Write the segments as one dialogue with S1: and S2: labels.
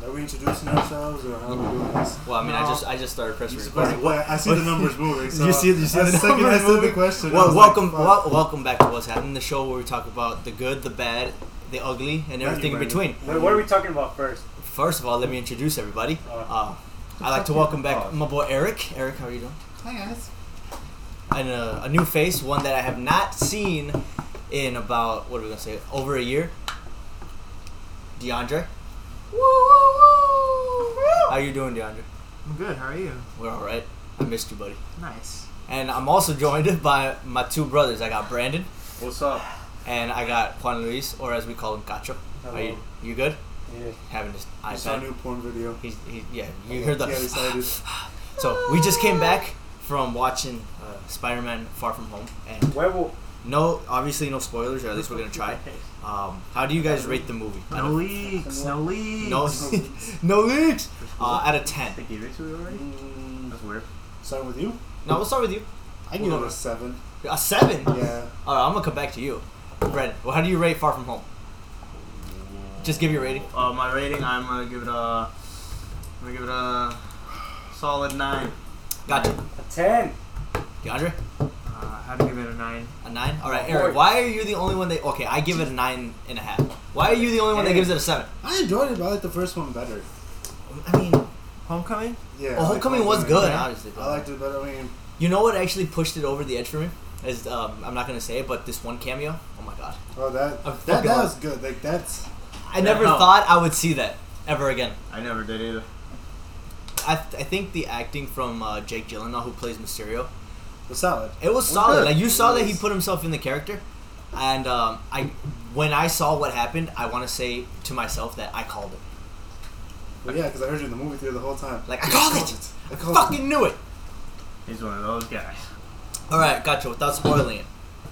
S1: Are we introducing ourselves or how are we doing this?
S2: Well, I mean, I
S3: No.
S2: just I just started pressing
S1: You're supposed to-
S2: recording.
S1: well, I see the numbers moving. So
S3: You see- you see
S1: I
S3: the
S1: second
S3: numbers
S1: I said the
S3: moving?
S1: question. I
S2: Well,
S1: was
S2: welcome,
S1: like,
S2: wel-
S1: fuck.
S2: welcome back to What's Happening, the show where we talk about the good, the bad, the ugly, and
S1: Now
S2: everything
S1: you
S2: in
S1: made it.
S2: between.
S3: Wait, what are we talking about first?
S2: First of all, let me introduce everybody. Uh, I'd like to
S1: fuck
S2: welcome
S1: you-
S2: back
S1: oh.
S2: my boy Eric. Eric, how are you doing?
S1: Hi guys.
S2: And uh, a new face, one that I have not seen in about what are we gonna say over a year. DeAndre, how you doing, DeAndre?
S3: I'm good. How are you?
S2: We're all right. I missed you, buddy.
S3: Nice.
S2: And I'm also joined by my two brothers. I got Brandon.
S1: What's up?
S2: And I got Juan Luis, or as we call him, Cacho. Are you, you good?
S3: Yeah.
S2: Having this
S1: I saw a
S2: iPad.
S1: new porn video.
S2: He's, he, yeah, you heard the.
S1: Yeah, decided.
S2: So we just came back from watching uh, Spider-Man: Far From Home, and
S3: Werewolf.
S2: no, obviously no spoilers. Or at least we're gonna try. Um, how do you guys rate the movie? Out
S4: No
S2: of-
S4: leaks. No leaks.
S2: no, no leaks. Uh, out of ten.
S4: They gave it to you already.
S1: Mm,
S4: That's weird.
S1: starting with you.
S2: Now we'll start with you.
S1: I give it a seven.
S2: A seven. All right,
S1: Yeah.
S2: I'm gonna come back to you, Brandon. Well, how do you rate Far From Home? Just give your rating.
S4: Uh, my rating, I'm gonna give it a. I'm gonna give it a solid nine.
S2: Gotcha.
S3: A ten.
S2: DeAndre.
S3: Uh, I had to give it a nine.
S2: A nine? All right,
S3: Four.
S2: Eric. Why are you the only one that? Okay, I give it a nine and a half. Why are you the only one that
S3: Hey.
S2: gives it a seven?
S1: I enjoyed it, but I like the first one better.
S2: I mean,
S3: Homecoming.
S1: Yeah.
S2: well,
S1: I like
S2: Oh, Homecoming was
S1: Homecoming.
S2: good, obviously.
S1: I liked it better. I mean,
S2: You know what actually pushed it over the edge for me? Is um, I'm not gonna say it, but this one cameo. Oh my god!
S1: oh that
S2: I
S1: that,
S2: fucking
S1: that
S2: like-
S1: was good. Like that's
S2: I never
S4: no.
S2: thought I would see that ever again.
S4: I never did either.
S2: I, th- I think the acting from uh, Jake Gyllenhaal, who plays Mysterio,
S1: was solid.
S2: it was solid.
S1: good.
S2: Like you
S1: It
S2: saw that
S1: was.
S2: he put himself in the character, and um, I when I saw what happened, I want to say to myself that I called it.
S1: But yeah, because I heard you in the movie theater the whole time.
S2: Like I called it.
S1: I
S2: I
S1: called
S2: fucking knew it.
S4: He's one of those guys.
S2: All right, gotcha. Without spoiling it,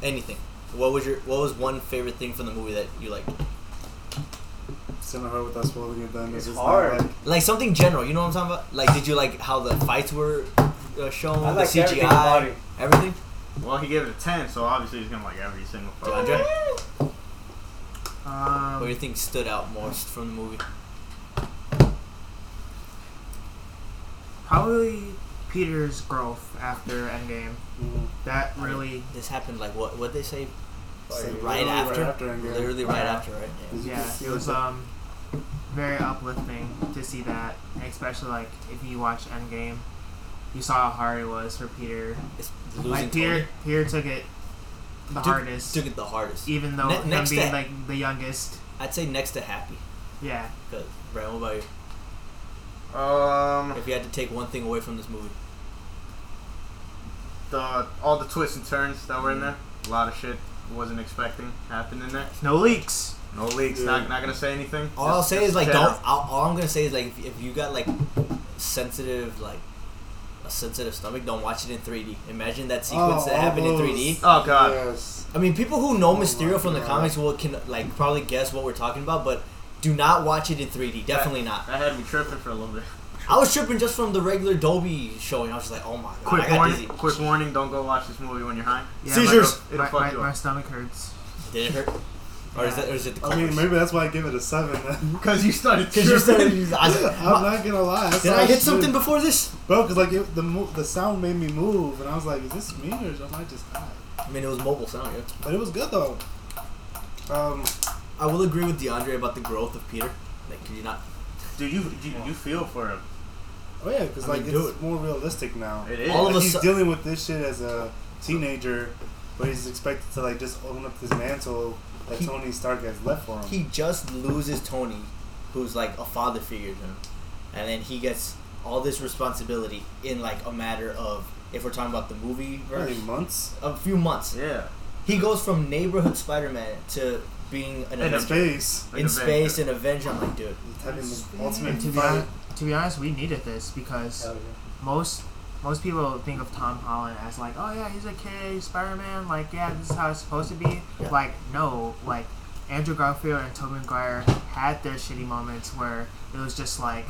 S2: anything. What was your What was one favorite thing from the movie that you liked?
S1: Similar hard without spoiling it. Then
S3: It's
S1: just
S3: hard.
S1: Not, like,
S2: Like something general. You know what I'm talking about? Like, did you like how the fights were uh, shown?
S3: I liked
S2: the CGI,
S3: everything about it.
S2: everything.
S4: Well, he gave it a ten, so obviously he's gonna like every single part.
S2: DeAndre, what do you
S3: Um,
S2: think stood out most from the movie?
S3: probably Peter's growth after Endgame.
S1: mm,
S3: That really.
S2: This happened like what? What they say?
S1: like,
S2: Right
S1: literally
S2: after?
S1: Right after Endgame.
S2: Literally right
S3: Yeah.
S2: after, right? Yeah.
S1: You
S3: Yeah,
S1: can see
S3: it was
S1: the-
S3: um very uplifting to see that, and especially like if you watch Endgame, you saw how hard it was for Peter.
S2: It's losing
S3: like
S2: Tony.
S3: Peter, Peter took it the
S2: Took-
S3: hardest,
S2: Took it the hardest.
S3: even though
S2: Ne-
S3: him
S2: next
S3: being
S2: to-
S3: like the youngest.
S2: I'd say next to Happy.
S3: Yeah,
S2: Cause Brian, what about you?
S4: Um,
S2: If you had to take one thing away from this movie,
S4: the all the twists and turns that were in there. A lot of shit wasn't expecting happened in there.
S3: no leaks.
S4: No leaks. Not not gonna say anything.
S2: all I'll
S4: Just-
S2: say
S4: just
S2: is like
S4: general.
S2: don't. I'll, all I'm gonna say is like if, if you got like sensitive like a sensitive stomach, don't watch it in 3D. Imagine that sequence
S1: Oh,
S2: that
S1: all
S2: happened in
S1: those-
S2: 3D.
S4: Oh, God.
S1: Yes.
S2: I mean, people who know
S1: Oh, my
S2: Mysterio from the
S1: God.
S2: comics will can like probably guess what we're talking about, but do not watch it in 3D. Definitely not.
S4: That had me tripping for a little bit.
S2: I was tripping just from the regular Dolby showing. I was just like, oh my god, I
S4: Quick
S2: got
S4: warning.
S2: dizzy.
S4: Quick warning. Don't go watch this movie when you're high.
S3: Yeah,
S2: Seizures.
S4: It'll
S3: My,
S4: fuck
S3: my,
S4: you
S3: my
S4: up.
S3: stomach hurts.
S2: Did it hurt? Or is that or is it the
S1: I mean,
S2: covers?
S1: maybe that's why I give it a seven. Then.
S4: Because you started
S2: Because you started.
S4: tripping.
S2: I was like,
S1: I'm
S2: "Ma-
S1: not gonna lie.
S2: did I hit something before this?
S1: bro? Because like it, the mo- the sound made me move, and I was like, "Is this me or am I just high?"
S2: I mean, it was mobile sound. Yeah.
S1: But it was good though. Um,
S2: I will agree with DeAndre about the growth of Peter. Like, could you not?
S4: Dude, you, you you feel for him.
S1: oh yeah, because
S2: I mean,
S1: like
S2: do
S1: it's more realistic now.
S4: It is.
S2: All of
S1: Like,
S2: a
S1: he's
S2: sud-
S1: dealing with this shit as a teenager, but he's expected to like just own up this mantle that
S2: He-
S1: Tony Stark has left for him.
S2: He just loses Tony, who's like a father figure to him, and then he gets all this responsibility in like a matter of if we're talking about the movie
S1: Probably
S2: verse,
S1: months.
S2: a few months.
S4: yeah.
S2: He goes from neighborhood Spider-Man to being an
S4: In
S1: In
S4: a-
S2: Avenger.
S1: space,
S4: Like
S2: in
S4: a
S2: space
S4: Avenger.
S2: and Avenger. I'm like, dude,
S1: he's having the
S2: Space.
S1: ultimate
S3: And to be
S1: fight.
S3: honest, to be honest, we needed this because most most people think of Tom Holland as like, oh yeah, he's a kid, Spider Man, like yeah, this is how it's supposed to be.
S2: Yeah.
S3: Like no, like Andrew Garfield and Tobey Maguire had their shitty moments where it was just like,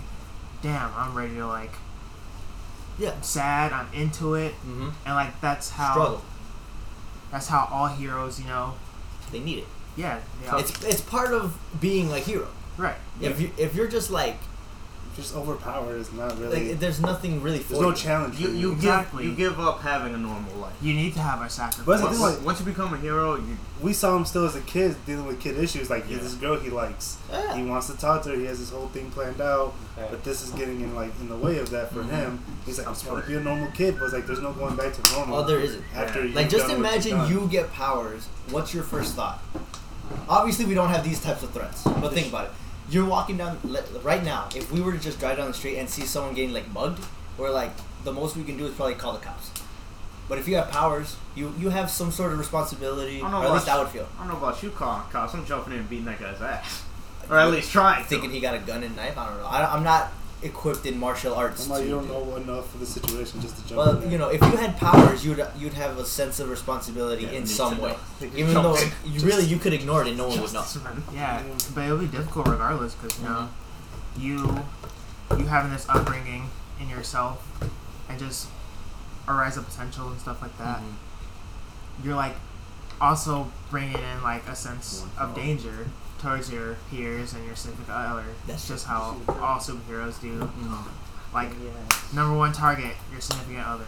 S3: damn, I'm ready to like,
S2: Yeah.
S3: I'm sad, I'm into it,
S2: mm-hmm.
S3: and like that's how
S2: struggle.
S3: that's how all heroes, you know,
S2: They need it.
S3: yeah, they all-
S2: It's it's part of being a hero.
S3: right,
S2: If you if you're just like
S1: just overpowered. It's not really.
S2: Like, there's nothing really for
S1: there's no
S2: you.
S1: challenge.
S4: You
S1: for
S4: you
S3: Exactly.
S4: give you give up having a normal life.
S3: You need to have a
S1: But
S3: sacrifice.
S1: that's the
S4: Once,
S1: thing, like-
S4: once you become a hero, you
S1: we saw him still as a kid dealing with kid issues. Like
S4: Yeah.
S1: this girl he likes, he
S2: Yeah.
S1: wants to talk to her. He has his whole thing planned out,
S5: Okay.
S1: but this is getting in like in the way of that for
S2: Mhm.
S1: him. He's like, I just want to be a normal kid, but it's like there's no going back to normal.
S2: Oh, there isn't.
S1: after
S4: Yeah.
S1: you've
S2: Like, just
S1: done what you've
S2: imagine
S1: done.
S2: you get powers. What's your first thought? Obviously, we don't have these types of threats, but think about it. You're walking down le- right now. If we were to just drive down the street and see someone getting like mugged, we're like the most we can do is probably call the cops. But if you have powers, you you have some sort of responsibility,
S4: I
S2: or
S4: don't know
S2: at
S4: about
S2: least I
S4: you.
S2: would feel.
S4: I don't know about you, calling cops. I'm jumping in and beating that guy's ass, or at least trying. to.
S2: Thinking he got a gun and knife. I don't know. I, I'm not equipped in martial arts.
S1: I'm like,
S2: to
S1: you don't
S2: do-
S1: know enough for the situation just to jump. in
S2: Well,
S1: there.
S2: you know, if you had powers, you'd you'd have a sense of responsibility
S4: Yeah,
S2: in
S4: need
S2: some
S4: to
S2: way.
S4: know. Think
S2: Even
S4: yourself.
S2: though you really you could ignore it and no one would know.
S4: Justice, man.
S3: yeah, but it'll be difficult regardless because you know you you having this upbringing in yourself and just arise of potential and stuff like that.
S4: Mm-hmm.
S3: You're like also bringing in like a sense of danger towards your peers and your civic other.
S2: That's
S3: That's just how all superheroes do.
S2: Mhm.
S1: Mm-hmm.
S3: Like number one target, your significant other.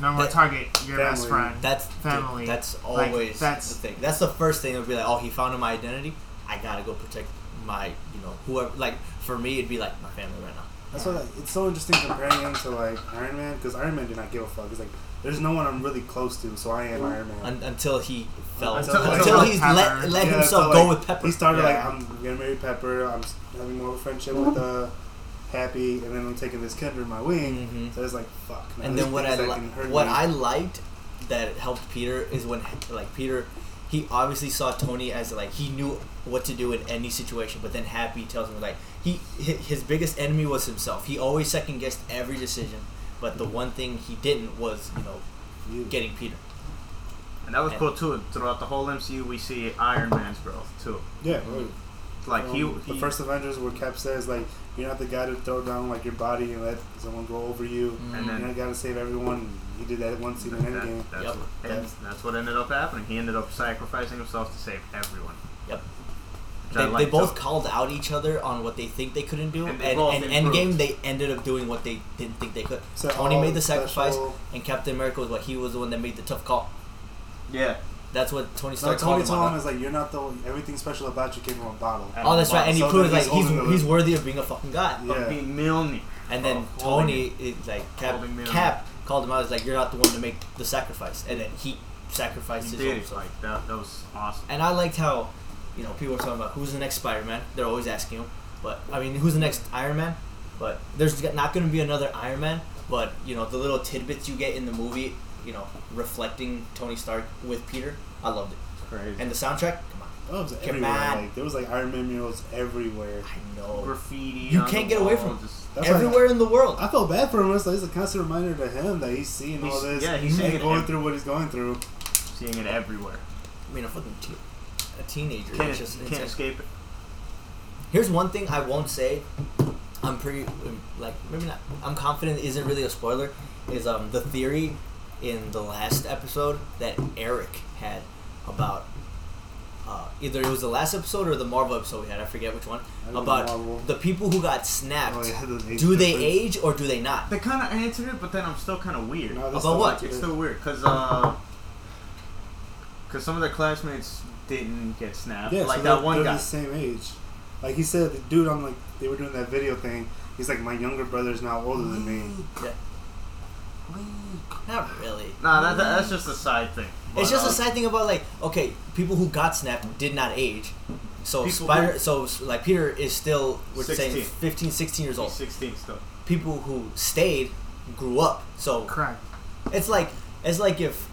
S3: Number one
S2: That-
S3: target, your best
S1: Family.
S3: friend.
S2: That's
S3: Family.
S2: That's
S3: Like,
S2: always
S3: that's-
S2: the thing. That's the first thing that would be like, oh, he found my identity. I gotta go protect my, you know, whoever. Like for me, it'd be like my family right now.
S1: That's why like, it's so interesting comparing him to like Iron Man because Iron Man did not give a fuck. It's like there's no one I'm really close to, so I am Iron Man.
S2: Un- until he fell.
S1: Until-
S2: Until,
S1: until
S2: he's
S3: Pepper.
S2: let let
S1: Yeah,
S2: himself
S1: so,
S2: go
S1: like,
S2: with Pepper.
S1: He started like
S3: Yeah.
S1: I'm gonna marry Pepper. I'm s- having more of a friendship
S4: Mm-hmm.
S1: with uh, Happy, and then I'm taking this kid under my wing.
S2: Mhm.
S1: So it's like fuck. man,
S2: and
S1: these
S2: then what I
S1: things that
S2: li-
S1: can hurt
S2: what
S1: me.
S2: I liked that helped Peter is when like Peter, he obviously saw Tony as like he knew what to do in any situation, but then Happy tells him like he hi- his biggest enemy was himself. He always second guessed every decision, but the one thing he didn't was you know
S1: You.
S2: getting Peter.
S4: And that was
S2: Yeah.
S4: cool too. Throughout the whole MCU, we see Iron Man's growth too.
S1: yeah.
S4: Like
S1: um,
S4: he,
S1: the
S4: he-
S1: first Avengers where Cap says like you're not the guy to throw down like your body and let someone go over you.
S2: Mm-hmm.
S4: and
S1: You're
S4: then
S1: not the guy to save everyone. He did that one scene in
S4: that-
S1: Endgame.
S4: that's,
S2: Yep.
S4: what, and that's what ended up happening. He ended up sacrificing himself to save everyone.
S2: Yep.
S4: Which I
S2: They, they
S4: liked,
S2: both
S4: too.
S2: called out each other on what they think they couldn't do,
S4: And
S2: and,
S4: they
S2: and,
S4: both
S2: Endgame
S4: improved.
S2: they ended up doing what they didn't think they could.
S1: So
S2: Tony
S1: all
S2: made the sacrifice,
S1: special-
S2: and Captain America was what he was the one that made the tough call.
S4: yeah.
S2: That's what Tony
S1: No,
S2: Stark called
S1: Tony
S2: him on.
S1: told him is like you're not the everything special about you came from a bottle.
S4: And
S2: Oh, that's right. And he
S1: So
S2: proved
S1: then
S2: like
S1: he's
S2: he's
S1: holding the-
S2: he's worthy of being a fucking god.
S1: Yeah.
S4: Of being Milne.
S2: And then
S4: Oh,
S2: Tony, is like Cap,
S4: Holding me on.
S2: Cap called him out. He's like, "You're not the one to make the sacrifice," and then he sacrificed
S4: He
S2: his own
S4: did.
S2: self.
S4: Like that. That was awesome.
S2: And I liked how, you know, people were talking about who's the next Spider-Man. They're always asking him, but I mean, who's the next Iron Man? But there's not going to be another Iron Man. But you know, the little tidbits you get in the movie, you know, reflecting Tony Stark with Peter, I loved it.
S4: Crazy.
S2: And the soundtrack, come on,
S1: Oh, it was
S2: Come
S1: everywhere.
S2: on.
S1: Like, there was like Iron Man murals everywhere.
S2: I know.
S4: graffiti.
S2: You
S4: on
S2: can't
S4: the
S2: get away
S4: wall,
S2: from-
S4: Just,
S1: That's why
S2: Everywhere in the world.
S1: I, I felt bad for him. It's like it's a constant reminder to him that he's seeing all
S4: He's-
S1: this.
S4: yeah, he's seeing
S1: and
S4: it
S1: going
S4: ev-
S1: through what he's going through.
S4: seeing it everywhere.
S2: I mean, a fucking te- a teenager.
S4: Can't,
S2: it's just
S4: can't
S2: insane.
S4: escape it.
S2: Here's one thing I won't say. I'm pretty um, like maybe not. I'm confident it isn't really a spoiler. Is um the theory in the last episode that Eric had about uh, either it was the last episode or the Marvel episode we had. I forget which one.
S1: I don't know,
S2: About
S1: Marvel.
S2: the people who got snapped.
S1: Oh, yeah, the age
S2: do they
S1: difference.
S2: age or do they not?
S4: They kind of answered it, but then I'm still kind of weird.
S1: No, that's
S2: About
S1: still-
S2: what?
S4: It's still weird because uh, cause some of their classmates didn't get snapped.
S1: Yeah,
S4: like
S1: so
S4: that
S1: they're-
S4: one
S1: they're
S4: guy.
S1: the same age. Like he said, the dude, I'm like they were doing that video thing. He's like my younger brother's now older than me.
S2: Yeah. Not really.
S4: Nah, that, that, that's just a side thing.
S2: It's
S4: But,
S2: just
S4: uh,
S2: a sad thing about like okay, people who got snapped did not age. So
S4: People
S2: Spider,
S4: who-
S2: so like Peter is still we're
S4: 16.
S2: saying 15, 16 years old.
S4: He's 16 still.
S2: People who stayed grew up. So
S3: Correct.
S2: it's like it's like if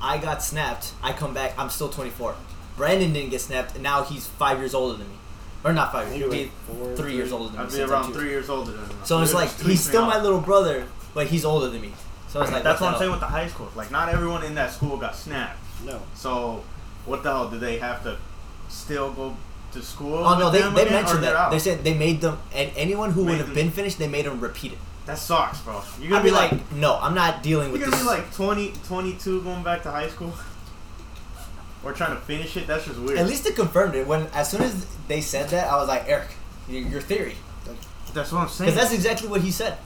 S2: I got snapped, I come back, I'm still twenty four. Brandon didn't get snapped, and now he's five years older than me, or not five years,
S1: He was,
S2: he'd be
S1: like, four,
S2: three years
S1: three.
S2: older than me.
S4: I'd be
S2: since I'm
S4: around
S2: two.
S4: three years older than him.
S2: So it's
S4: They're
S2: like
S4: just tweaking
S2: he's still
S4: me
S2: my
S4: out.
S2: little brother, but he's older than me. So it's like
S4: That's
S2: what
S4: what I'm
S2: the hell?
S4: saying with the high school. Like, not everyone in that school got snapped.
S1: No,
S4: So, what the hell? Do they have to still go to school?
S2: Oh no,
S4: with
S2: they,
S4: them
S2: they
S4: again, or
S2: mentioned
S4: they're
S2: that.
S4: out?
S2: They said they made them, and anyone who
S4: Made
S2: would have
S4: them-
S2: been finished, they made them repeat it.
S4: that sucks, bro. You're gonna
S2: I'd be like, no, I'm not dealing
S4: You're
S2: with this.
S4: gonna be like 20, 22 going back to high school, or trying to finish it. That's just weird.
S2: At least they confirmed it. When as soon as they said that, I was like, Eric, y- your theory.
S4: that's what I'm saying.
S2: Because that's exactly what he said.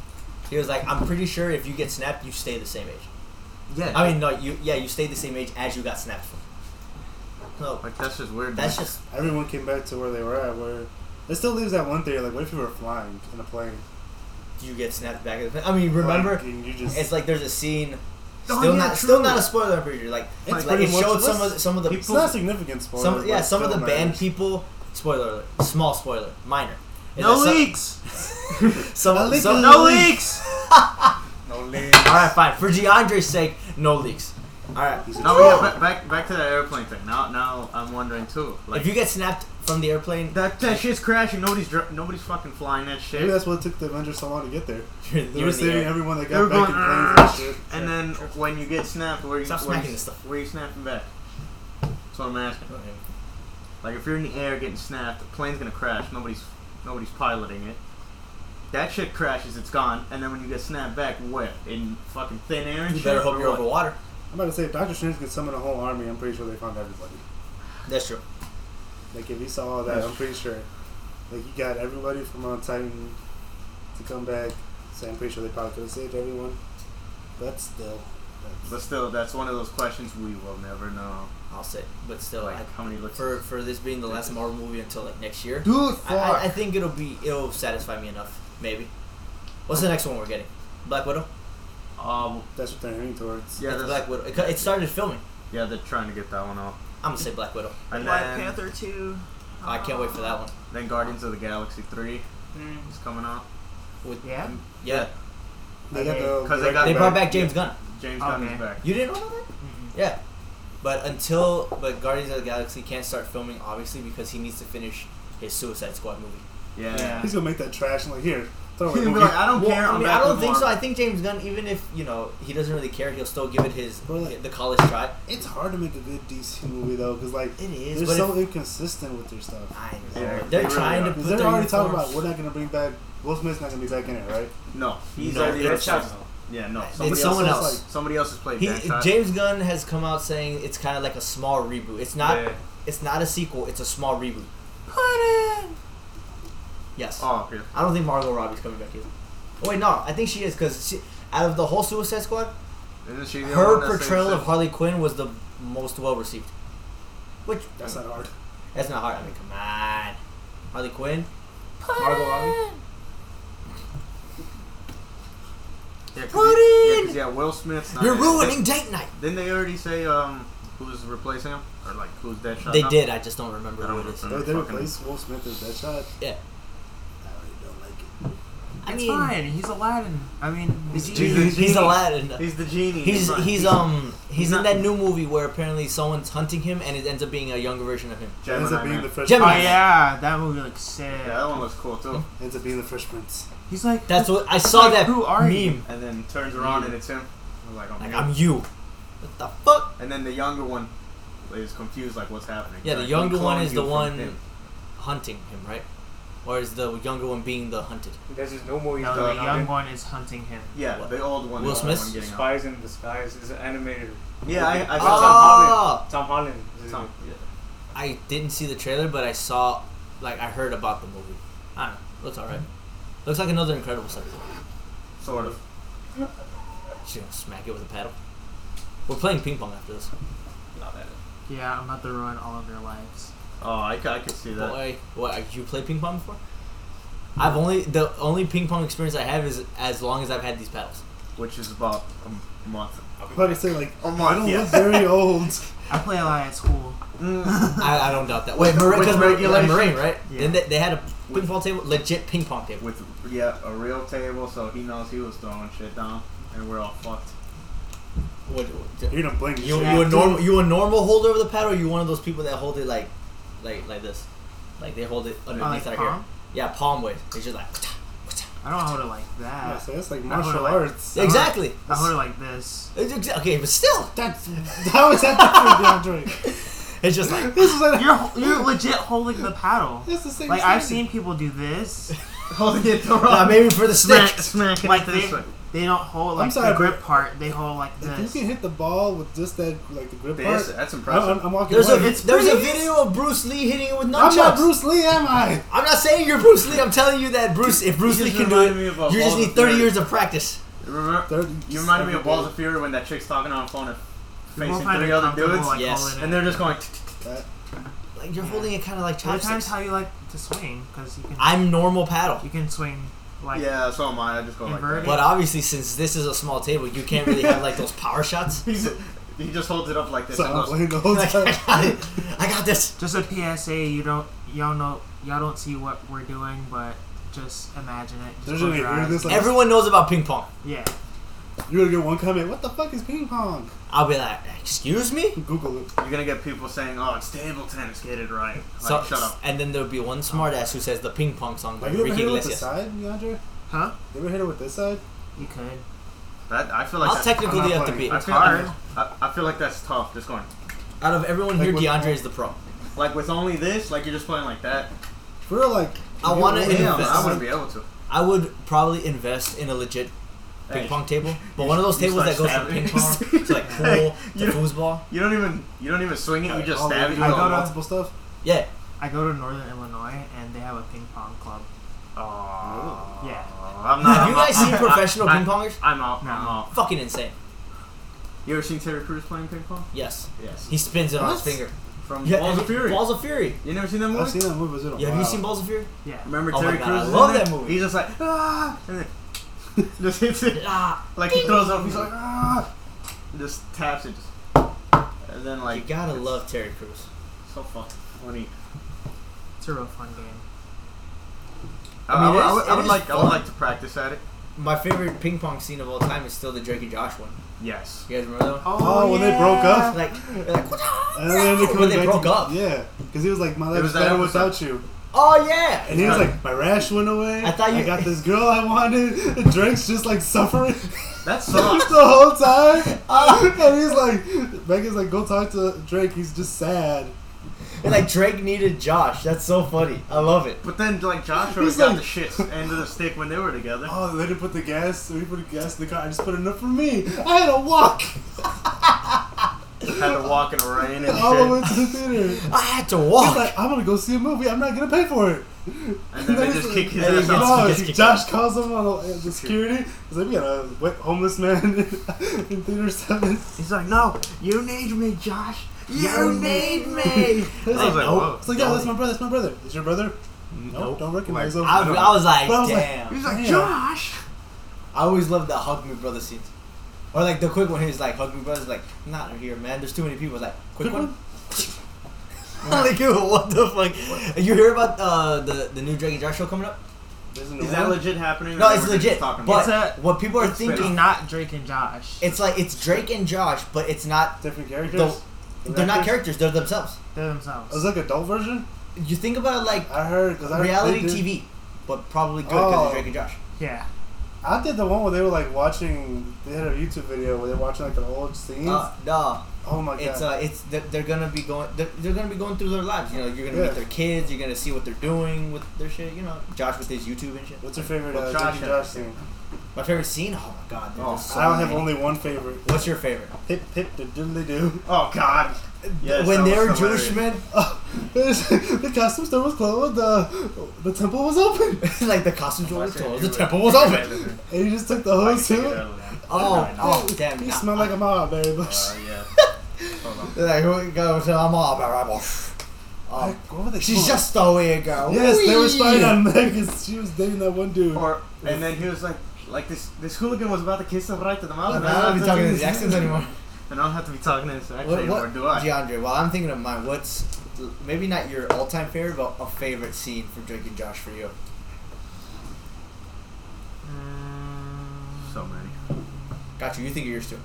S2: He was like, I'm pretty sure if you get snapped, you stay the same age.
S4: yeah.
S2: I mean, no, you yeah, you stay the same age as you got snapped from. No,
S4: like that's just weird.
S2: that's
S4: man.
S2: just
S1: Everyone came back to where they were at. Where it still leaves that one theory. Like, what if you were flying in a plane?
S2: you get snapped back. at the- I mean, remember,
S4: Oh
S1: Like, and you just
S2: it's like there's a scene.
S3: Oh,
S2: Still
S3: yeah,
S2: not, still
S3: true.
S2: not a spoiler. I'm pretty sure. Like,
S1: It's
S2: like,
S1: pretty
S2: it
S1: much-
S2: showed some of
S1: what's-
S2: the, some of the
S1: it's not a significant spoiler.
S2: some yeah
S1: but
S2: some of the
S1: still
S2: band
S1: matters.
S2: people. Spoiler alert, small spoiler, minor. Is
S3: No
S2: that some-
S3: leaks.
S2: Some,
S1: No leaks.
S2: some-
S3: No leaks.
S4: no league.
S2: All right, fine. For DeAndre's sake, no leaks. All right.
S1: He's a
S4: No,
S1: troll.
S4: yeah, ba- back back to that airplane thing. Now now I'm wondering too. Like
S2: If you get snapped from the airplane,
S4: that that shit's crashing. Nobody's dri- nobody's fucking flying that shit.
S1: Maybe that's what took the Avengers so long to get there.
S2: you're, you're
S1: They were
S2: in the
S1: saving
S2: air.
S1: everyone that
S4: They were
S1: got back
S4: going,
S1: in planes and shit.
S4: and then when you get snapped, where you
S2: Stop
S4: where
S2: smacking
S4: you,
S2: this stuff.
S4: where you snapping back? That's what I'm asking. Like if you're in the air getting snapped, the plane's gonna crash. Nobody's nobody's piloting it. That shit crashes, it's gone, and then when you get snapped back, where in fucking thin air? And
S2: You
S4: shit,
S2: better hope
S4: or
S2: you're over
S4: what?
S2: water.
S1: I'm about to say, if Doctor Strange could summon a whole army, I'm pretty sure they found everybody.
S2: That's true.
S1: Like, if he saw all that, I'm pretty sure. Like, he got everybody from on Titan to come back, so I'm pretty sure they probably could have saved everyone. But still.
S4: But still, that's one of those questions we will never know.
S2: I'll say, but still,
S4: Like
S2: I,
S4: how many looks.
S2: for for this being the last Marvel movie until like next year,
S4: Dude,
S2: I, I, I think it'll be it'll satisfy me enough. Maybe. What's the next one we're getting? Black Widow.
S4: Um,
S1: That's what they're heading towards.
S4: Yeah,
S2: It's
S4: that's-
S2: Black Widow. It, co- it started filming.
S4: yeah, they're trying to get that one off.
S2: I'm gonna say Black Widow.
S4: And
S3: Black
S4: then,
S3: Panther two.
S2: I can't wait for that one.
S4: then Guardians of the Galaxy three
S3: Mm.
S4: is coming out.
S2: With
S3: Yeah.
S2: yeah,
S1: They got
S3: Okay.
S1: the.
S4: 'Cause they got
S2: they
S4: back.
S2: brought back James Gunn.
S4: James Gunn
S3: Okay.
S4: is back.
S2: You didn't know that? Yeah. But until but Guardians of the Galaxy can't start filming obviously because he needs to finish his Suicide Squad movie.
S4: Yeah.
S3: Yeah.
S1: He's gonna make that trash and, like, here, throw
S4: He'll
S1: it.
S4: be like, I don't
S2: Well,
S4: care. I'm
S2: I, mean,
S4: back
S2: I don't
S4: with
S2: think so.
S4: Marvel."
S2: I think James Gunn, even if you know he doesn't really care, he'll still give it his
S1: Bro, like-
S2: the college try.
S1: It's hard to make a good DC movie, though, because, like,
S2: It is,
S1: they're
S2: but
S1: so
S2: if,
S1: inconsistent with their stuff.
S2: I know
S4: Yeah,
S2: they're
S4: they really
S2: trying to
S4: are.
S2: put
S1: Because they're
S2: their
S1: already talking
S2: uniforms-
S1: about we're not gonna bring back. Will Smith's not gonna be back in it, right?
S4: No, he's
S2: No,
S4: already.
S2: that's
S4: Deadshot. Yeah, no.
S2: It's
S4: Somebody
S2: someone
S1: it's
S4: else.
S2: else.
S4: Somebody else has played
S2: He,
S4: Deadshot.
S2: James Gunn has come out saying it's kind of like a small reboot. It's not.
S4: Yeah.
S2: It's not a sequel. It's a small reboot.
S3: Put in.
S2: Yes.
S4: Oh, yeah.
S2: I don't think Margot Robbie's coming back either. Oh, wait, no. I think she is because out of the whole Suicide Squad,
S4: Isn't she the
S2: her
S4: only one that
S2: portrayal
S4: sings
S2: of Harley Quinn was the most well received. Which
S1: That's not hard.
S2: that's not hard. I mean, come on, Harley Quinn.
S3: Put
S2: Margot
S3: in.
S2: Robbie?
S4: it? Yeah, 'cause
S2: Put
S4: he- Yeah,
S2: in!
S4: 'cause, yeah, Will Smith's not.
S2: You're
S4: in it.
S2: ruining date night.
S4: Didn't they already say um who's replacing him or like who's Deadshot?
S2: They
S4: now?
S2: did. I just don't remember
S4: I don't
S2: who it is.
S4: remember.
S1: They, they
S4: Fucking-
S1: replaced Will Smith as Deadshot.
S2: Yeah.
S1: I already don't like it.
S2: I
S3: It's
S2: mean,
S3: fine. He's Aladdin. I mean,
S4: He's
S3: he-
S4: Jesus.
S2: he's, he's
S4: Genie.
S2: Aladdin.
S4: He's the genie.
S2: He's
S4: fine.
S2: he's um he's
S4: he's
S2: in
S4: not-
S2: that new movie where apparently someone's hunting him and it ends up being a younger version of him.
S1: It ends
S4: Gemini
S1: up being
S4: Man.
S1: the Fresh
S3: Oh
S2: Gemini.
S1: Prince.
S3: yeah, that movie looks sick.
S4: Yeah, that one looks cool too.
S1: Ends up being the Fresh Prince.
S3: He's like
S2: That's what I saw.
S3: Like,
S2: that
S3: who are
S2: meme.
S3: you?
S4: And then turns around and it's him. I was like, oh,
S2: Like
S4: man.
S2: I'm you. What the fuck?
S4: And then the younger one is confused, like what's happening.
S2: Yeah, the
S4: Like,
S2: younger
S4: who
S2: one
S4: cloned
S2: is the
S4: you from
S2: one-
S4: him?
S2: Hunting him, right? Or is the younger one being the hunted?
S5: There's this new movie
S3: no,
S5: called
S3: the young one is hunting him.
S4: Yeah,
S2: What?
S4: the old one.
S2: Will
S4: the old
S2: Smith?
S4: One getting out.
S5: Spies in Disguise. It's an animated.
S4: Yeah, I, I saw
S2: Oh,
S5: Tom Holland.
S4: Tom.
S5: is
S4: Tom.
S5: in it.
S2: I didn't see the trailer, but I saw, like, I heard about the movie. I don't know. Looks alright. Looks like another Incredible Stuff.
S4: Sort of.
S2: She's gonna smack it with a paddle. We're playing ping pong after this.
S5: Not that.
S3: Yeah, I'm about to ruin all of their lives.
S4: Oh, I, ca- I could see that.
S2: Boy, what? have You played ping pong before? I've only the only ping pong experience I have is as long as I've had these paddles.
S4: Which is about a m- month.
S1: I'm about to say like
S4: A
S1: I
S4: month,
S1: don't
S4: yeah.
S1: look very old.
S3: I play a lot at school.
S2: I, I don't doubt that. Wait, Marine,
S4: With
S2: because Marine,
S4: regulation.
S2: Marine, right?
S3: Yeah.
S2: Then they, they had a ping
S4: With-
S2: pong table, legit ping pong table.
S4: With, yeah, a real table, so he knows he was throwing shit down, and we're all fucked.
S2: What, what-
S1: You're gonna blink.
S2: You,
S1: shit.
S2: you a normal you a normal holder of the paddle? Or you one of those people that hold it like, like like this, like they hold it
S3: I like
S2: underneath out here.
S3: palm.
S2: Yeah, palm way. It's just like
S4: Uh-huh.
S3: I don't hold it like
S1: Yeah,
S3: that.
S1: so that's like
S3: I hold it
S1: martial
S3: like-
S1: arts.
S3: Yeah.
S2: exactly.
S3: I hold it like this.
S2: It's exa- okay, but still,
S1: That's how is that different, DeAndre?
S2: it's just like
S1: This is like
S3: You're you're legit holding the paddle.
S1: that's the same.
S3: Like I've
S1: thing.
S3: seen people do this.
S4: holding it the
S2: Uh,
S4: wrong
S2: maybe for the stick.
S4: Smack, smack it
S3: Like
S4: this
S3: they-
S4: way.
S3: They don't hold
S1: I'm
S3: like
S1: sorry,
S3: the grip
S1: but-
S3: part. They hold like
S1: If you
S3: this.
S1: can hit the ball with just that, like the grip
S4: This-
S1: part,
S4: that's impressive.
S1: I'm, I'm walking
S2: There's a
S1: away.
S3: It's
S2: there's a
S3: pretty-
S2: video of Bruce Lee hitting it with nunchucks.
S1: I'm not Bruce Lee, am I?
S2: I'm not saying you're Bruce Lee. I'm telling you that Bruce, if Bruce
S4: You
S2: Lee
S4: just
S2: can do
S4: reminded
S2: it,
S4: me of, uh,
S2: you just
S4: Balls
S2: need
S4: of
S2: 30
S4: Fury.
S2: years of practice.
S4: Remember-
S1: Thirty-
S4: You reminded me
S1: every
S4: of Balls
S1: day.
S4: of Fury when that chick's talking on the phone and
S3: You won't
S4: facing
S3: find
S4: three
S3: it
S4: other
S3: comfortable,
S4: dudes,
S3: like,
S2: Yes.
S3: holding
S4: and
S3: it.
S4: they're just going.
S1: That-
S2: Like you're
S3: Yeah.
S2: holding it kind of like
S3: It depends
S2: chopsticks.
S3: how you like to swing because you can
S2: I'm normal paddle,
S3: you can swing like
S4: Yeah, so am I. I just go like
S3: Inverted.
S4: that.
S2: but obviously since this is a small table, you can't really have like those power shots.
S4: He's, he just holds it up like this.
S1: So
S4: and
S1: I'm
S4: goes,
S1: playing the whole
S2: Like,
S1: time.
S2: I got this.
S3: Just a PSA. You don't y'all know y'all don't see what we're doing, but just imagine it. Just
S1: They're
S3: close
S1: gonna
S3: your
S1: hear
S3: eyes.
S1: this, like-
S2: Everyone knows about ping pong.
S3: yeah.
S1: You're gonna get one comment. What the fuck is ping pong?
S2: I'll be like, excuse me.
S1: Google it.
S4: You're gonna get people saying, "Oh, it's table tennis. Get it right." Like,
S2: So,
S4: shut up.
S2: and then there'll be one smartass who says the ping pong song by
S1: Have you ever
S2: Enrique
S1: hit it with the
S2: Iglesias.
S1: side, Yandre?
S3: Huh?
S1: You ever hit it with this side?
S3: You could.
S4: That I feel like
S2: How
S4: that's,
S2: technical do you have to
S1: I'm
S2: be?
S1: not
S4: I
S3: It's
S4: feel,
S3: hard.
S4: I, I feel like that's tough. Just going
S2: Out of everyone
S1: Like
S2: here,
S1: what-
S2: DeAndre is the pro.
S4: like with only this, like you're just playing like that.
S1: For real, like
S2: I
S1: you
S2: wanna
S1: know,
S2: hit
S1: like,
S4: Damn,
S2: this.
S4: I wouldn't be able to.
S2: I would probably invest in a legit ping
S4: Hey,
S2: pong table, but
S4: you
S2: one of those
S4: s- you
S2: tables that goes
S4: start
S2: from ping pong
S4: stabbing.
S2: to like pool
S4: You
S2: to
S4: don't-
S2: foosball.
S4: You don't even you don't even swing it. You just
S1: all
S4: stab
S1: the-
S4: it.
S3: I
S4: You
S1: all
S4: go,
S1: the
S3: gotta-
S1: multiple stuff.
S2: Yeah,
S3: I go to Northern Illinois and they have a ping pong club.
S4: "Oh,
S3: Yeah.
S4: I'm not.
S2: have you
S4: I'm
S2: guys
S4: out,
S2: seen
S4: I'm-
S2: professional
S4: I-
S2: ping pongers?
S4: I'm out.
S3: No.
S4: I'm out.
S2: Fucking insane.
S4: You ever seen Terry Crews playing ping pong?
S2: Yes,
S4: Yes.
S2: he spins it on his
S1: What?
S2: finger.
S4: From
S2: Yeah,
S4: Balls
S2: and
S4: of Fury.
S2: Balls of Fury.
S4: you never seen that movie?
S1: I've seen that movie. It's been a
S2: Yeah, have you
S1: while.
S2: seen Balls of Fury?
S3: Yeah.
S4: Remember
S2: Oh my
S4: Terry
S2: God,
S4: Crews?
S2: I
S4: is in
S2: love
S4: there?
S2: that movie.
S4: He's just like ah, and then just hits it.
S2: Ah,
S4: Like he throws up. He's like ah, and just taps it. Just, and then like
S2: you gotta
S4: it's
S2: love Terry Crews.
S4: So fucking funny.
S3: It's a real fun game.
S4: I,
S2: I mean,
S4: would-
S2: it
S4: I
S2: is-
S4: would, I
S2: it
S4: would
S2: is
S4: like I would
S2: fun.
S4: like to practice at it.
S2: My favorite ping pong scene of all time is still the Drake and Josh one.
S4: Yes.
S2: You guys remember that? One?
S1: Oh, when they broke up?
S2: Like, they're like "What the
S1: And then they
S2: hell?"
S1: come
S2: when they
S1: back
S2: broke
S1: to-
S2: up.
S1: Yeah, because he was like, "My
S4: It
S1: life
S4: was
S1: is
S4: that
S1: better
S4: episode.
S1: without you,"
S2: Oh yeah.
S1: and he was like, "My rash went away.
S2: I thought you-
S1: I got this girl I wanted." And Drake's just like suffering
S4: That
S1: the
S4: sucks.
S1: whole time,
S2: Ah.
S1: and he's like, "Megan's like, go talk to Drake. He's just sad."
S2: And like Drake needed Josh. That's so funny. I love it.
S4: but then like Joshua
S1: He's
S4: got
S1: like-
S4: the shit end of the stick when they were together.
S1: Oh, they didn't put the gas. So he put the gas in the car. I just put enough for me. I had to walk
S4: Had to walk in the rain and
S1: all
S2: Oh,
S1: the way
S4: shit.
S1: to the theater.
S2: I had to
S1: He's
S2: walk.
S1: like, "I'm gonna go see a movie. I'm not gonna pay for it."
S4: And then they
S1: That
S4: just
S1: is-
S4: kick his
S2: that
S4: ass
S2: is-
S4: off.
S1: No,
S2: Just kick
S1: Josh calls him on the- the security. He's like, we got a wet homeless man in theater seven.
S4: He's like, no, you need me, Josh.
S2: You need me.
S1: I was
S4: I was like,
S2: Nope.
S4: whoa.
S1: It's like, yeah, that's my brother. That's my brother. Is your brother? No,
S2: Nope.
S1: don't recognize him.
S2: I, I was like,
S1: But I was like,
S2: damn.
S4: He's
S1: Damn.
S4: like, Josh.
S2: I always loved the hug me brother scenes, or like the quick one. He's like, hug me brother's like, not here, man. There's too many people. It's like, quick one. like, yo, what the fuck? You hear about uh, the the new Dragon Josh show coming up?
S4: Is that legit happening? or
S2: No,
S4: they
S2: it's
S4: were just
S2: legit.
S4: talking
S2: But
S4: about it?
S2: what people are
S4: it's been-
S2: thinking,
S3: It's not Drake and Josh.
S2: it's like it's Drake and Josh, but it's not.
S1: different
S2: The-
S1: characters?
S2: They're not characters. They're themselves.
S3: They're
S1: It was
S3: themselves.
S1: like adult version.
S2: You think about it like
S1: I heard because I
S2: reality
S1: I did,
S2: TV, but probably good because
S1: Oh.
S2: it's Drake and Josh.
S3: Yeah.
S1: I did the one where they were like watching. They had a YouTube video where they're watching like the old scenes.
S2: Uh, no,
S1: oh my god!
S2: it's uh, it's they're, they're gonna be going. They're, they're gonna be going through their lives. You know, you're gonna
S1: Yeah.
S2: meet their kids. You're gonna see what they're doing with their shit. You know, Josh with his YouTube and shit.
S1: What's your favorite
S4: Well,
S1: uh,
S4: Josh
S1: Drake and
S4: had-
S1: Josh scene?
S2: My favorite scene. Oh my god, dude,
S4: Oh,
S2: there's so
S1: I have
S2: many.
S1: only one favorite.
S2: What's your favorite?
S1: Hip hip the diddly do.
S4: Oh God. Yes,
S2: when
S4: that
S2: they
S4: was
S2: were Jewish
S4: hilarious.
S2: men,
S1: Oh, the costume store was closed. The the temple was open,
S2: like the costumes were
S4: Unless you're
S2: closed, the
S4: Jewish.
S2: temple was open.
S1: and he just took the whole
S4: I can take it
S1: suit.
S4: out of there.
S2: Oh,
S4: No,
S2: oh, damn!
S1: He
S2: nah.
S1: smelled like a mob, Barry Bush.
S4: Uh, yeah. Hold on.
S2: They're like, who goes to the mall, blah, blah, blah. Um,
S1: Like, what were they
S2: She's
S1: called?
S2: just a weird girl.
S1: Yes, they were spying
S2: Whee!
S1: on Meg 'cause she was dating that one dude.
S4: Or and then he was like, like this this hooligan was about to kiss him right to the mouth.
S2: I
S4: and
S2: don't have to be talking to
S4: this
S2: these accents anymore.
S4: And I don't have to be talking to this accent
S2: What,
S4: anymore,
S2: what,
S4: do I?
S2: DeAndre, while I'm thinking of mine, what's maybe not your all time favorite, but a favorite scene from Drake and Josh for you?
S3: Mm,
S4: So many.
S2: Gotcha, you think of yours too.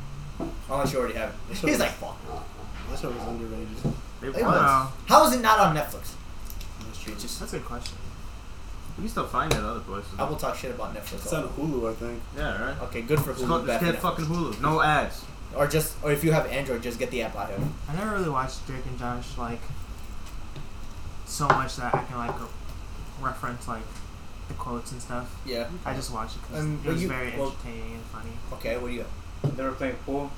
S2: Unless you already have it. He's like, fuck.
S1: that show was underrated.
S4: It
S2: It
S4: was.
S3: wow.
S2: How is it not on Netflix?
S1: That's true.
S2: Bitches.
S3: That's a good question.
S4: You can still find it other places.
S2: I will talk shit about Netflix.
S1: It's
S2: all
S1: on
S2: day.
S1: Hulu, I think.
S4: Yeah, right.
S2: Okay, good for
S4: Just, go,
S2: Hulu.
S4: just
S2: bad
S4: get
S2: for Netflix.
S4: fucking Hulu. No ads.
S2: Or just, or if you have Android, just get the app out of it.
S3: I never really watched Drake and Josh like so much that I can like reference like the quotes and stuff.
S2: Yeah.
S3: I just watched it because
S2: And
S3: it was
S2: you-
S3: very
S2: well-
S3: entertaining and funny.
S2: Okay. What do you got?
S5: They were playing pool.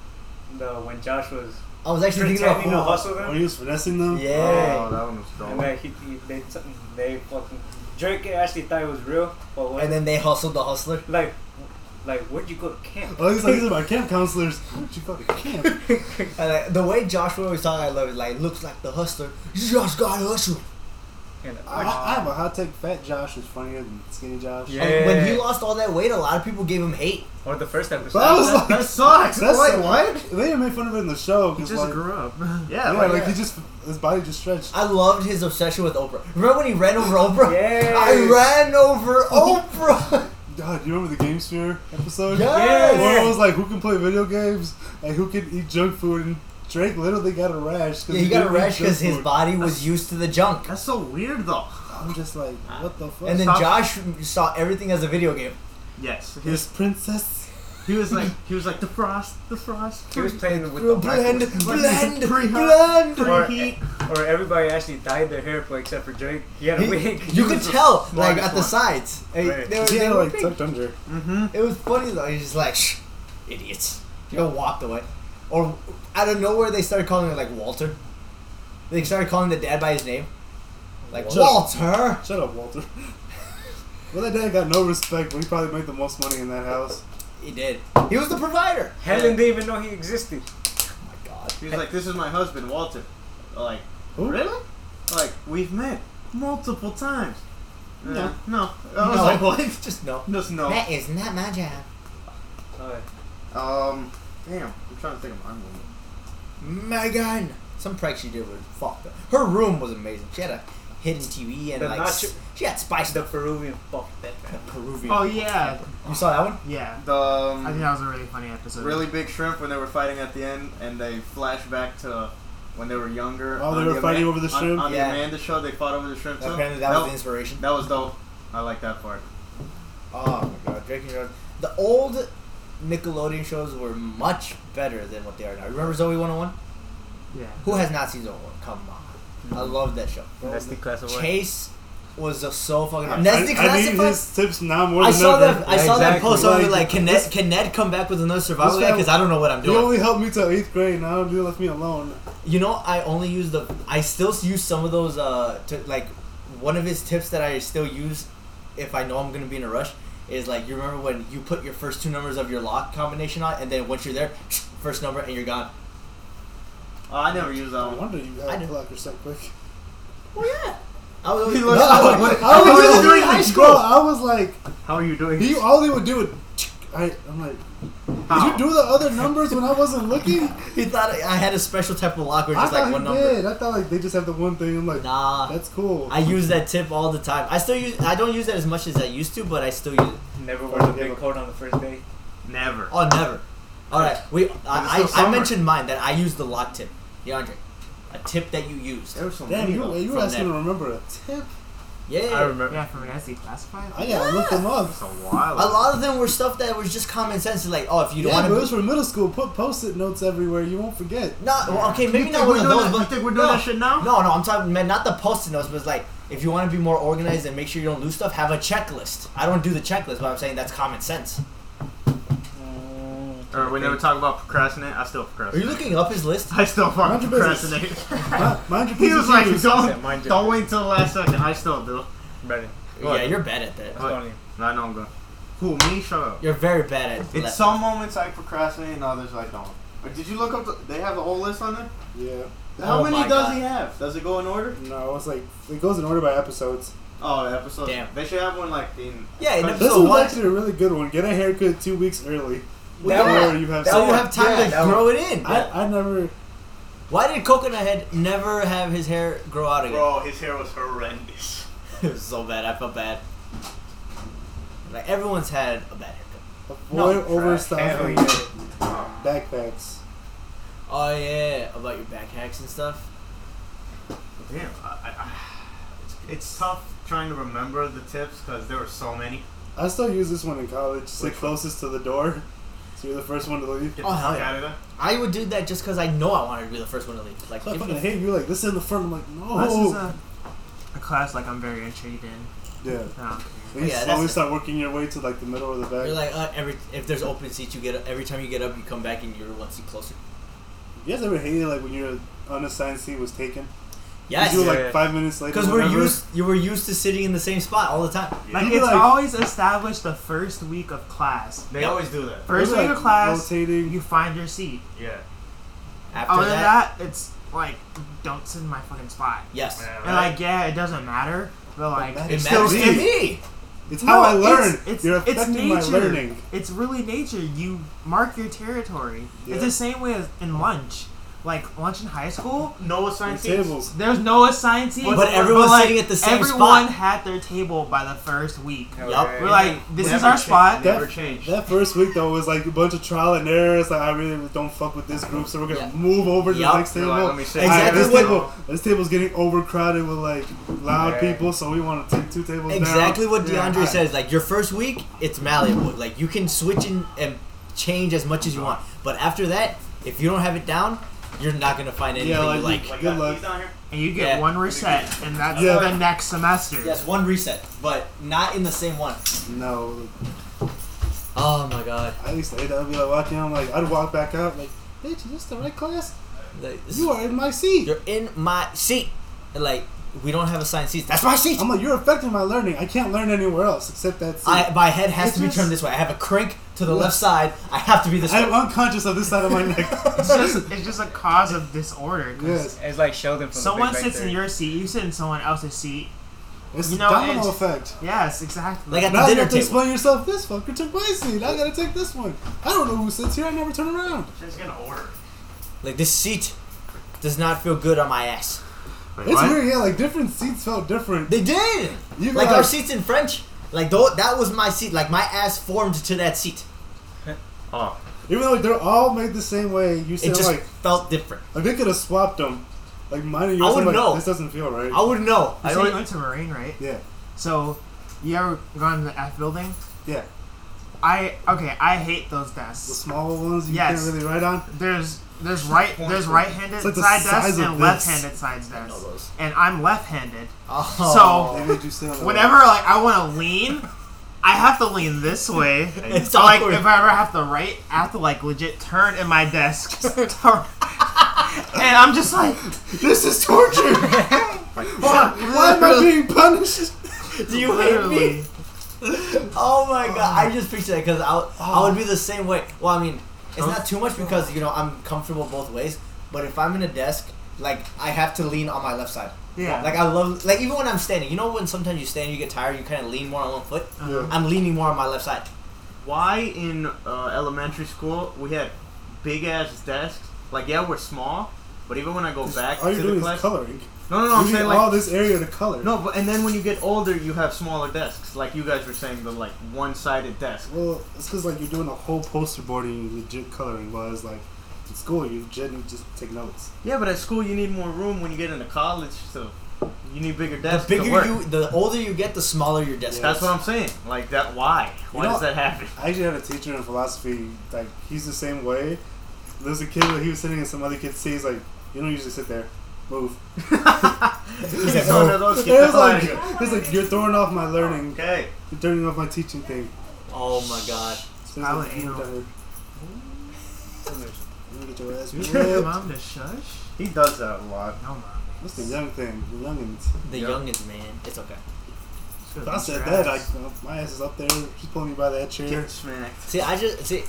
S5: The when Josh was
S2: I was actually thinking about
S5: pretending to
S2: football.
S5: hustle
S1: When
S5: them,
S1: he was finessing them,
S2: Yeah.
S4: Oh, that one was
S5: and
S4: dull.
S5: then he, he they t- they fucking Drake actually thought it was real, but when,
S2: And then they hustled the hustler.
S5: like like where'd you go to camp?
S1: Oh, he's like, these are my camp counselors. What you call it, camp?
S2: And like, the way Joshua was talking, I love it. Like, looks like the hustler. You just got hustled.
S5: And, like,
S1: I, I have a hot take. Fat Josh is funnier than Skinny Josh.
S5: Yeah.
S2: And when he lost all that weight, a lot of people gave him hate.
S5: or the first episode.
S1: But I was like,
S4: That sucks.
S1: that's
S4: Wait,
S1: like,
S4: what?
S1: They didn't make fun of it in the show.
S3: He
S1: 'cause,
S3: just
S1: like,
S3: grew up.
S4: Yeah.
S1: yeah,
S4: like,
S1: like he just his body just stretched.
S2: I loved his obsession with Oprah. Remember when he ran over Oprah?
S5: Yes.
S2: I ran over Oprah.
S1: God, you remember the GameSphere episode?
S2: Yes.
S1: Where it was like, who can play video games and who can eat junk food? And Drake literally got a rash. 'cause
S2: yeah, he got a
S1: didn't eat
S2: rash
S1: junk
S2: because his
S1: food.
S2: body was used to the junk.
S4: That's so weird, though.
S1: I'm just like, what the fuck?
S2: And then
S4: Stop.
S2: Josh saw everything as a video game.
S4: Yes. He
S1: his
S4: was,
S1: princess.
S4: he was like he was like the frost, the frost.
S5: he was playing with the
S2: Blend, blend, blend, blend.
S4: Pre-hot. preheat.
S5: or everybody actually dyed their hair for except for Drake. He had a wig.
S2: He- you could tell, like at the
S4: smartest
S2: sides. Hey,
S5: Right.
S2: they were-
S1: Yeah,
S2: they were
S1: like
S2: big.
S1: tucked under.
S4: Mm-hmm.
S2: It was funny though. He's just like, Shh, idiots. You know, walked away. Or out of nowhere, they started calling it like Walter. They started calling the dad by his name, like
S1: Walter.
S2: Walter.
S1: Shut up, Walter. well, that dad got no respect, but he probably made the most money in that house.
S2: He did. He was the provider.
S5: Helen didn't even know he existed.
S2: Oh my god.
S4: He was like, "This is my husband, Walter." Like,
S1: Who?
S4: really? Like, we've met multiple times. Uh,
S1: No.
S4: no. I was
S2: No.
S4: like, what?
S2: Just no.
S4: Just no.
S2: That is not my job.
S5: Uh,
S4: Um, damn. I'm trying to think of my movie.
S2: Megan. Some prank she did was fucked up. Her room was amazing. She had a hidden TV and
S5: The
S2: like
S5: nacho-
S2: s- she had spice
S5: the
S2: the
S5: Peruvian fuck that man.
S2: Peruvian.
S3: Oh yeah,
S2: You saw that one?
S3: yeah.
S4: The um,
S3: I think that was a really funny episode.
S4: really big shrimp when they were fighting at the end, and they flash back to when they were younger.
S1: Oh, they
S4: on
S1: were
S4: the
S1: fighting
S4: Ama-
S1: over the
S4: on-
S1: shrimp?
S4: On,
S2: Yeah.
S4: the Amanda show, they fought over the shrimp too.
S2: Apparently that was the inspiration.
S4: that was dope. I like that part.
S2: Oh my god, Drake and Josh. The old Nickelodeon shows were much better than what they are now. Remember Zoe 101?
S3: Yeah.
S2: Who has not seen Zoe 101? Come on. I
S1: Mm-hmm.
S2: love that show.
S5: Nesty class away.
S2: Chase was a, so fucking.
S1: I,
S2: Nesty
S1: I need
S2: Classified?
S1: his tips now more
S2: I
S1: than
S2: saw
S1: ever.
S2: that. I saw that
S5: Exactly.
S2: post. I was like,
S1: Like,
S2: "Can Ned, can Ned come back with another survival
S1: This
S2: guy?
S1: guy-
S2: Because I don't know what I'm
S1: He
S2: doing."
S1: only helped me till eighth grade. Now he left me alone.
S2: You know, I only use the. I still use some of those. Uh, to, like one of his tips that I still use, if I know I'm gonna be in a rush, is like you remember when you put your first two numbers of your lock combination on, and then once you're there, first number and you're gone.
S4: Oh, I never used
S1: No
S4: that one.
S1: wonder you
S2: I
S1: got
S2: know.
S1: a blocker so quick.
S2: Well, yeah. I was always,
S4: He
S2: no,
S4: loves-
S2: I was-
S4: what-
S2: I was
S4: what are you
S2: always
S4: doing
S2: in
S4: in
S2: high
S1: Bro,
S2: school.
S1: I was like,
S4: How are you doing?
S1: he all they would do would. I, I'm like,
S4: How?
S1: did you do the other numbers when I wasn't looking?
S2: He thought I had a special type of lock, where
S1: I
S2: just
S1: thought
S2: like
S1: he
S2: one number.
S1: did. I thought like they just have the one thing. I'm like,
S2: Nah.
S1: that's cool.
S2: I use that tip all the time. I still use. I don't use that as much as I used to, but I still use it.
S5: Never wore the big coat on the first day.
S4: Never.
S2: Oh, never. All right, we. I,
S4: still
S2: I, I
S4: summer.
S2: mentioned mine that I used the lock tip, DeAndre. A tip that you used.
S4: There was some
S1: Damn,
S4: many
S1: you,
S4: of
S1: you
S2: from
S1: were asking
S2: that.
S1: to remember a tip.
S2: Yeah.
S3: Yeah, from Nessie Classified.
S1: I gotta look them up.
S4: It's a while.
S2: A lot of them were stuff that was just common sense. Like, oh, if you don't
S1: yeah, but it
S2: want
S1: was
S2: to.
S1: for middle school. Put post-it notes everywhere. You won't forget.
S2: Not well, okay, maybe
S4: you
S2: not one
S4: think we're
S2: of
S4: doing
S2: those.
S4: that-
S2: But
S4: you think we're
S2: no,
S4: doing that shit now?
S2: No, no, I'm talking man, not the post-it notes, but it's like if you want to be more organized and make sure you don't lose stuff, have a checklist. I don't do the checklist, but I'm saying that's common sense.
S4: Or when they would talk about procrastinate, I still
S2: Are you
S4: procrastinate.
S2: looking up his list?
S4: I still fucking
S1: Mind your business.
S4: procrastinate.
S1: Mind mind your
S4: he was
S1: P's
S4: like,
S1: and Q's.
S5: Yeah, mind
S4: don't,
S5: your
S4: don't wait till the last second. I still do.
S5: Brandon.
S2: Yeah, you're bad at that.
S4: What?
S5: funny.
S4: I know I'm going. Who, me? Shut up.
S2: You're very bad at.
S4: In
S2: le-
S4: some moments I procrastinate, in others I don't. But did you look up? The, they have the whole list on there.
S1: Yeah.
S4: How
S2: Oh
S4: many
S2: my
S4: does
S2: God.
S4: he have? Does it go in order?
S1: No, it's like it goes in order by episodes.
S4: Oh, episodes.
S2: Damn.
S4: They should have one like in.
S2: Yeah, in
S4: But
S1: This
S2: episode
S1: one's
S2: one.
S1: actually a really good one. Get a haircut two weeks early.
S2: That
S1: Before
S2: one-
S1: you have
S2: so you
S1: sex.
S2: have time
S5: Yeah,
S2: to
S5: that
S2: grow it in.
S1: I, I never.
S2: Why did Coconut Head never have his hair grow out again?
S4: Bro, his hair was horrendous.
S2: it was so bad. I felt bad. Like everyone's had a bad haircut.
S1: Avoid
S2: Right.
S5: Hell
S1: overstuffing
S5: yeah.
S1: backpacks.
S2: Oh yeah, about your back hacks and stuff.
S4: Damn. I, I, I, it's, it's tough trying to remember the tips because there were so many.
S1: I still use this one in college. Sit
S4: Which one?
S1: closest to the door, so you're the first one to leave.
S4: Get
S2: Oh,
S4: the
S2: hell
S4: fuck
S2: yeah.
S4: out of there.
S2: I would do that just because I know I wanted to be the first one to leave. Like,
S1: So I
S2: give me
S1: fucking
S2: the- uh,
S1: hate you. Like this in the front. I'm like,
S3: This is
S1: no.
S3: a, a class like I'm very intrigued in.
S1: Yeah.
S3: No.
S1: When you
S2: Oh, Yeah,
S1: slowly
S2: that's-
S1: start working your way to like the middle of the back.
S2: You're like uh, every if there's open seats, you get up- every time you get up, you come back and you're one seat closer.
S1: you guys ever hated like when your unassigned seat was taken?
S2: Yes,
S1: You do
S4: Yeah,
S1: like
S4: yeah.
S1: five minutes later.
S2: because we're
S1: whatever.
S2: used you were used to sitting in the same spot all the time.
S3: Like
S1: You'd be
S3: it's
S1: like-
S3: always established the first week of class.
S4: They
S2: Yep.
S4: always do that.
S1: We're,
S3: First week
S1: like,
S3: of class,
S1: rotating.
S3: you find your seat.
S4: Yeah.
S2: After
S1: Oh,
S3: Other than
S2: that,
S3: that, it's like don't sit in my fucking spot.
S2: yes,
S3: And like yeah, it doesn't matter, but like
S1: that
S2: it
S1: It's
S2: matters
S1: still
S2: to
S1: me.
S2: me.
S1: It's
S3: No,
S1: how I
S3: it's-
S1: learn.
S3: it's-
S1: You're
S3: it's
S1: affecting my
S3: nature.
S1: learning.
S3: it's really nature. You mark your territory.
S1: Yeah.
S3: It's the same way as in lunch. Like lunch in high school,
S4: No
S1: Your
S4: assigned seats.
S1: tables.
S3: there's no assigned seats,
S2: But everyone's sitting at the same
S3: everyone
S2: spot.
S3: had their table by the first week.
S2: Yup.
S3: We're like, this is
S4: Never
S3: our
S4: change-
S3: spot.
S4: Never
S1: That-
S4: change.
S1: That first week though was like a bunch of trial and error. It's like I really don't fuck with this group, so we're gonna
S2: Yeah.
S1: move over to
S2: Yup.
S1: the next
S4: You're
S1: table.
S4: like, let me sit.
S1: All right,
S2: Exactly
S1: this
S2: what-
S1: table, this table's getting overcrowded with like loud
S5: Yeah.
S1: people, so we want to take two tables
S2: Exactly
S1: down.
S2: what
S1: Yeah.
S2: DeAndre says. Like your first week, it's malleable. Like you can switch and, and change as much as you want. But after that, if you don't have it down, you're not gonna find anything
S1: Yeah,
S2: you
S1: like-
S2: like.
S1: Like,
S4: uh,
S1: Good luck.
S3: and you get
S2: Yeah.
S3: one reset, and that's
S1: Yeah.
S3: the next semester.
S2: Yes, one reset, but not in the same one.
S1: No,
S2: Oh my god.
S1: I used to hate that. I'd be like walking, I'm like, I'd walk back out, like, bitch, is this the right class?
S2: Like, this-
S1: You are in my seat.
S2: You're in my seat. And, Like we don't have assigned seats. That's my seat.
S1: I'm like, you're affecting my learning. I can't learn anywhere else except that seat.
S2: I, my head has
S1: It
S2: to be
S1: just-
S2: turned this way. I have a crank to the
S1: Yeah.
S2: left side. I have to be this
S1: I'm
S2: way.
S1: unconscious of this side of my neck.
S3: It's just it's just a cause of disorder. 'cause
S1: yes,
S5: It's like Sheldon from
S3: Someone
S5: the Big Bang
S3: sits in
S5: Theory.
S3: your seat, you sit in someone else's seat.
S1: it's
S3: You
S1: the
S3: know,
S1: domino
S3: it's-
S1: effect.
S3: Yes, exactly.
S2: Like at the
S1: Now you
S2: dinner
S1: have to
S2: table.
S1: explain yourself. This fucker took my seat. I gotta take this one. I don't know who sits here. I never turn around.
S4: She's gonna order.
S2: Like this seat does not feel good on my ass.
S1: It's weird, yeah. Like different seats felt different.
S2: They did.
S1: You
S2: Like
S1: guys-
S2: our seats in French. Like though that was my seat. Like my ass formed to that seat.
S4: Oh,
S1: Even though they're all made the same way, you
S2: It
S1: said
S2: just
S1: like
S2: felt different.
S1: like they could have swapped them. Like mine and yours.
S2: I
S1: I'm
S2: would
S1: like,
S2: know.
S1: This doesn't feel right.
S2: I would know.
S3: you
S2: I
S3: said you
S2: only-
S3: went to Marine, right?
S1: yeah,
S3: So, you ever gone to the F building?
S1: yeah.
S3: I okay. I hate those
S1: The
S3: desks.
S1: small ones you
S3: Yes.
S1: can't really write on.
S3: There's there's right there's right-handed
S1: It's like the
S3: side
S1: size of
S3: desks and
S1: this.
S3: left-handed side desks,
S2: those.
S3: and I'm left-handed.
S2: Oh.
S1: They made you sit on the
S3: Whenever like I want to lean, I have to lean this way.
S2: It's
S3: So, like
S2: awkward.
S3: if I ever have to write, I have to like legit turn in my desk. and I'm just like,
S1: This is torture. Why am I being punished?
S2: do you hate me?
S3: literally.
S2: Oh my god, I just picture that because I, I would be the same way. Well, I mean, it's not too much because you know I'm comfortable both ways. But if I'm in a desk, like I have to lean on my left side.
S3: Yeah.
S2: Like I love, like even when I'm standing, you know when sometimes you stand, you get tired, you kind of lean more on one foot.
S1: Yeah.
S2: I'm leaning more on my left side.
S4: why in uh, elementary school we had big ass desks? Like, yeah, we're small, but even when I go back
S1: All
S4: to
S1: you're doing
S4: the
S1: is
S4: class,
S1: coloring.
S4: no, no, no, I'm
S1: you need
S4: saying like,
S1: all this area to color.
S4: no, but and then when you get older, you have smaller desks. Like you guys were saying, the like one-sided desk.
S1: Well, it's because like you're doing a whole poster board and you legit coloring. Whereas like in school, you legit need to just take notes.
S4: Yeah, but at school you need more room. When you get into college, so you need bigger
S2: The
S4: desks. to
S2: bigger
S4: work.
S2: you, the older you get, the smaller your desk.
S1: Yeah.
S2: Yeah.
S4: That's what I'm saying. Like that. Why? Why
S1: know-
S4: does that happen?
S1: I actually had a teacher in philosophy. Like he's the same way. There's a kid that he was sitting in some other kid's seat. He's like, you don't usually sit there. Move.
S4: He's
S2: like,
S4: one
S2: "No."
S4: of those.
S1: It's
S4: Get the hell
S1: like,
S4: out of here.
S1: it's like you're throwing off my learning.
S4: Okay.
S1: You're turning off my teaching thing.
S2: Oh my god.
S1: So
S3: I
S1: it's
S3: would
S1: you're
S3: anal.
S1: done. You gonna get your ass
S3: You tell
S1: whipped.
S3: mom to shush?
S4: He does that a lot.
S3: No, mom.
S1: That's the young thing, the youngins.
S2: The
S4: Yeah.
S2: youngins, man, it's okay.
S1: If I said that, I, my ass is up there. She's pulling me by that chair.
S4: Get smacked.
S2: See, I just see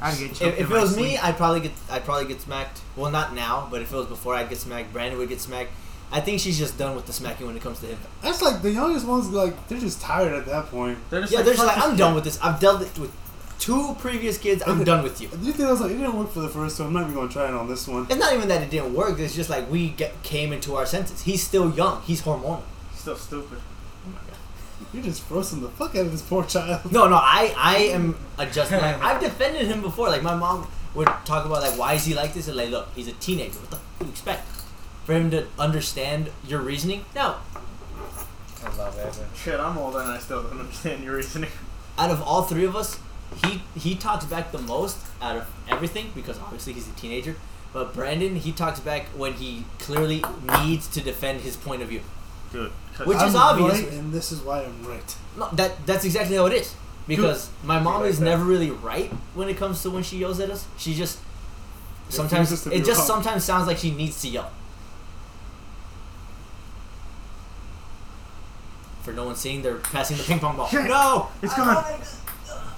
S3: I'd get
S2: if,
S3: choked.
S2: if
S3: in
S2: it
S3: my
S2: was me,
S3: sleep.
S2: I'd probably get I'd probably get smacked. Well, not now, but if it was before, I'd get smacked. Brandon would get smacked. I think she's just done with the smacking when it comes to him.
S1: That's like the youngest ones. Like they're just tired at that point.
S4: They're just
S2: yeah,
S4: like,
S2: they're just
S4: "Fuck
S2: like, I'm
S4: this
S2: done
S4: shit."
S2: with this. I've dealt it with two previous kids. I'm done with you.
S1: You think I was like, it didn't work for the first two. I'm not even gonna try it on this one.
S2: It's not even that it didn't work. It's just like we get, came into our senses. He's still young. He's hormonal.
S4: He's still stupid.
S1: You're just roasting the fuck out of this poor child.
S2: No, no, I, I am adjusting. Like, I've defended him before. Like my mom would talk about like why is he like this, and like look, he's a teenager. What the fuck do you expect for him to understand your reasoning? No.
S5: I love Evan.
S4: Shit, I'm older and I still don't understand your reasoning.
S2: Out of all three of us, he he talks back the most out of everything because obviously he's a teenager. But Brandon, he talks back when he clearly needs to defend his point of view.
S4: Dude, cut
S2: Which
S4: it.
S1: I'm
S2: is obvious.
S1: right, and this is why I'm right.
S2: No, that that's exactly how it is. Because my mom
S1: like
S2: is
S1: that.
S2: never really right when it comes to when she yells at us. She just sometimes
S1: Refuses to be
S2: it just
S1: wrong.
S2: sometimes sounds like she needs to yell. For no one seeing, they're passing the ping pong ball.
S4: Shit.
S2: No,
S4: it's gone.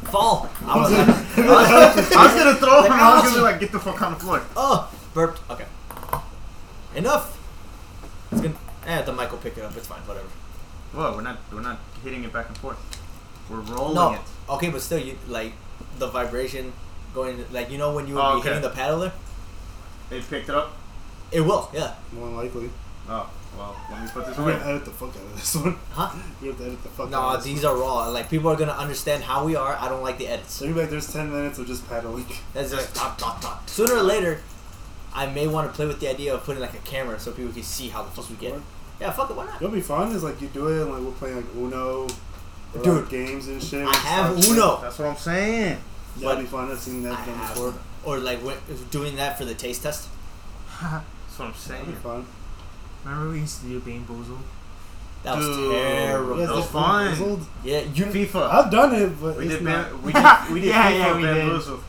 S2: fall. I was like,
S4: I was gonna throw him. and I was gonna be like, get the fuck on the floor.
S2: oh, burped. Okay, enough. It's gonna. Eh, the mic will pick it up. It's fine. Whatever.
S4: Whoa, we're not we're not hitting it back and forth. We're rolling
S2: No.
S4: it.
S2: Okay, but still, you like the vibration going like you know when you would
S4: Oh,
S2: be
S4: okay.
S2: hitting the paddler,
S4: They picked it up.
S2: it will. Yeah.
S1: More than likely.
S4: Oh well, let me put this
S1: I'm going
S4: away.
S1: to edit the fuck out of this one.
S2: Huh?
S1: You're going to edit the fuck out
S2: No,
S1: of this
S2: these are raw. Like people are gonna understand how we are. I don't like the edits.
S1: So you're like, there's 10 minutes of just paddling.
S2: That's just top, top, top. Sooner or later, I may want to play with the idea of putting like a camera so people can see how the fuck we get. Yeah, fuck it, why not?
S1: It'll be fun. Is like you do it, and like we're playing like Uno, or,
S2: Dude,
S1: like, games and shit.
S2: I have
S1: It's-
S2: Uno,
S4: That's what I'm saying.
S1: Yeah, it'll be fun. I've seen
S2: I
S1: that game
S2: have,
S1: before.
S2: or like wh- doing that for the taste test.
S4: That's what I'm
S1: That'd be
S4: saying.
S1: fun.
S3: Remember we used to do Bane Boozled?
S2: That was
S4: Dude.
S2: terrible.
S1: You guys
S4: That was
S1: have
S4: fun.
S1: Bamboozled?
S2: Yeah, you.
S4: FIFA.
S1: I've done it, but
S4: We
S1: it's
S4: did,
S1: not.
S4: ban- we did we did
S3: Yeah,
S4: FIFA
S3: yeah, we did.
S4: bamboozle.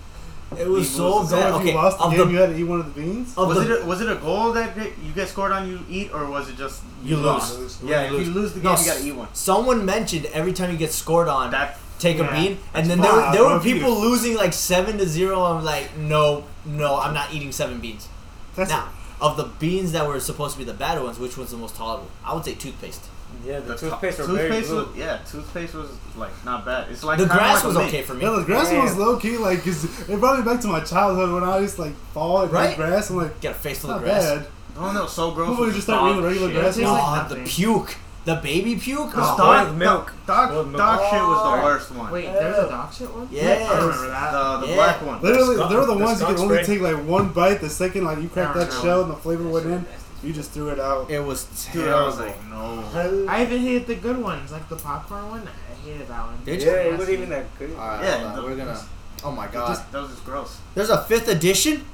S2: It was so
S1: So
S2: bad.
S1: if
S2: Okay,
S1: you lost the
S2: of
S1: game,
S2: the,
S1: you had to eat one of the beans.
S2: of
S4: was
S2: the
S4: it a, was it a goal that that you guys scored on you eat or was it just
S2: You
S4: lost?
S1: lose.
S4: Yeah, if you lose the game,
S2: No,
S4: you gotta eat one.
S2: Someone mentioned every time you get scored on,
S4: That
S2: take
S3: yeah,
S2: a bean, and then
S1: fine.
S2: there were, there were
S1: Love you.
S2: people losing like seven to zero. I'm like, no, no, I'm not eating seven beans.
S1: That's
S2: now, of the beans that were supposed to be the bad ones, which one's the most tolerable? I would say toothpaste.
S5: Yeah,
S4: the
S5: the,
S4: top-
S5: toothpaste were very
S4: toothpaste was
S5: blue.
S4: yeah, toothpaste was like not bad. It's like
S2: the
S4: kinda
S2: grass
S4: like
S2: was
S4: mint.
S2: okay for me.
S1: Yeah, the grass
S5: Damn.
S1: was low key. Like, 'cause it brought me back to my childhood when I used to, like fall in
S2: Right?
S1: the grass. I'm like,
S2: Get a face full of
S1: not
S2: grass.
S1: bad.
S4: Oh no, so gross.
S1: People
S4: with
S1: just
S4: the
S1: start eating
S4: dog
S1: regular
S4: shit.
S1: grass.
S4: It
S1: tastes like
S2: Oh, the
S3: nothing.
S2: puke, the baby puke.
S4: was
S2: Oh,
S4: dog
S5: Boiled milk.
S4: Dog,
S5: Boiled
S4: dog,
S5: milk.
S4: shit was
S2: Oh.
S4: the worst one.
S3: Wait, there's a dog shit one?
S2: Yes.
S3: I remember that.
S4: the the
S2: Yeah.
S4: black one.
S1: Literally,
S5: skunk-
S1: they're the
S5: the
S1: ones you
S5: skunk
S1: can only
S5: spray.
S1: take like one bite. The second, like you cracked
S3: No,
S1: that
S3: no.
S1: shell and the flavor went in, you just threw it out.
S2: it was
S4: Dude,
S2: terrible.
S4: I was like, no.
S3: I even hated the good ones, like the popcorn one. I hated that one.
S2: Did
S5: Yeah, it wasn't even that good.
S2: Alright,
S4: Yeah,
S2: hold on,
S4: the-
S2: we're gonna. Oh my god.
S4: Just, that was just gross.
S2: There's a fifth edition.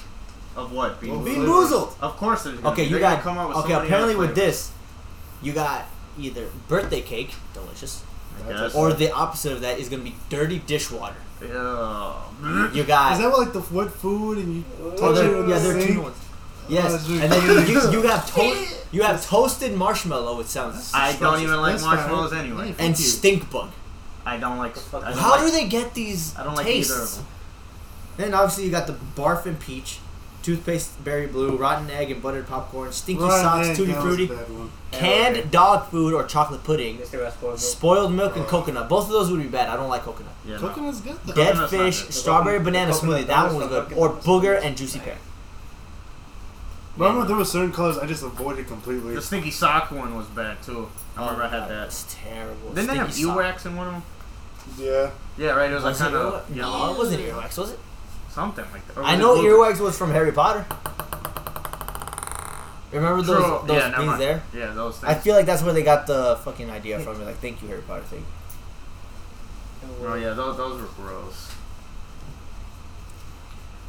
S4: Of what? Bean
S1: Well,
S4: boozled?
S1: Bean
S2: Boozled.
S4: Of course there's gonna
S2: Okay,
S4: be.
S2: you
S4: They're gonna
S2: got.
S4: come out with
S2: okay,
S4: somebody
S2: apparently
S4: else
S2: with
S4: later.
S2: this, you got either birthday cake, delicious,
S4: I guess.
S2: or Oh, the opposite of that is gonna be dirty dishwater.
S4: Ew.
S2: You got.
S1: Is that what, like the what food and you
S5: Oh,
S1: touch
S5: they're-
S1: it in
S2: yeah,
S1: the
S2: they're
S1: sink?
S2: two ones. Yes,
S1: that's really
S2: and then you, you,
S1: good.
S2: you have to- you have toasted marshmallow. It sounds
S4: I don't even like
S1: That's fine.
S4: marshmallows anyway.
S2: and stink bug.
S4: I don't like.
S5: fuck
S4: I don't
S2: How
S4: like,
S2: do they get these
S4: I don't like
S2: tastes?
S4: either of them.
S2: Then obviously you got the barf and peach, toothpaste berry blue, rotten egg and buttered popcorn, stinky
S1: Right,
S2: socks,
S1: man,
S2: tutti
S1: that was a
S2: fruity,
S1: bad one.
S2: canned dog food or chocolate pudding,
S5: Mr. Rascal.
S2: spoiled milk and coconut. Both of those would be bad. I don't like coconut.
S4: Yeah, no.
S1: Coconut's good though.
S2: Dead
S4: Coconut's not
S2: fish,
S4: good.
S2: strawberry banana
S5: Coconut
S2: smoothie. That
S5: donuts
S2: one was
S5: are
S2: good. Or
S5: fucking
S2: booger
S5: disgusting.
S2: and juicy pear.
S1: But I remember there were certain colors I just avoided completely.
S4: The stinky sock one was bad too. I remember I had that.
S2: That's terrible.
S4: Didn't they have
S2: Oh, Stinky sock.
S4: earwax in one of them?
S1: Yeah.
S4: Yeah, right. It was like
S2: Was it
S4: kind
S2: earwax?
S4: of
S2: No,
S4: yellow,
S2: it wasn't earwax, was it?
S4: something like that. Or
S2: I
S4: was
S2: know
S4: it blue?
S2: earwax was from Harry Potter. Remember
S4: True.
S2: those, those
S4: yeah, never
S2: beans
S4: mind.
S2: there?
S4: Yeah, those things.
S2: I feel like that's where they got the fucking idea from. Like, thank you, Harry Potter thing.
S4: oh yeah, those those were gross.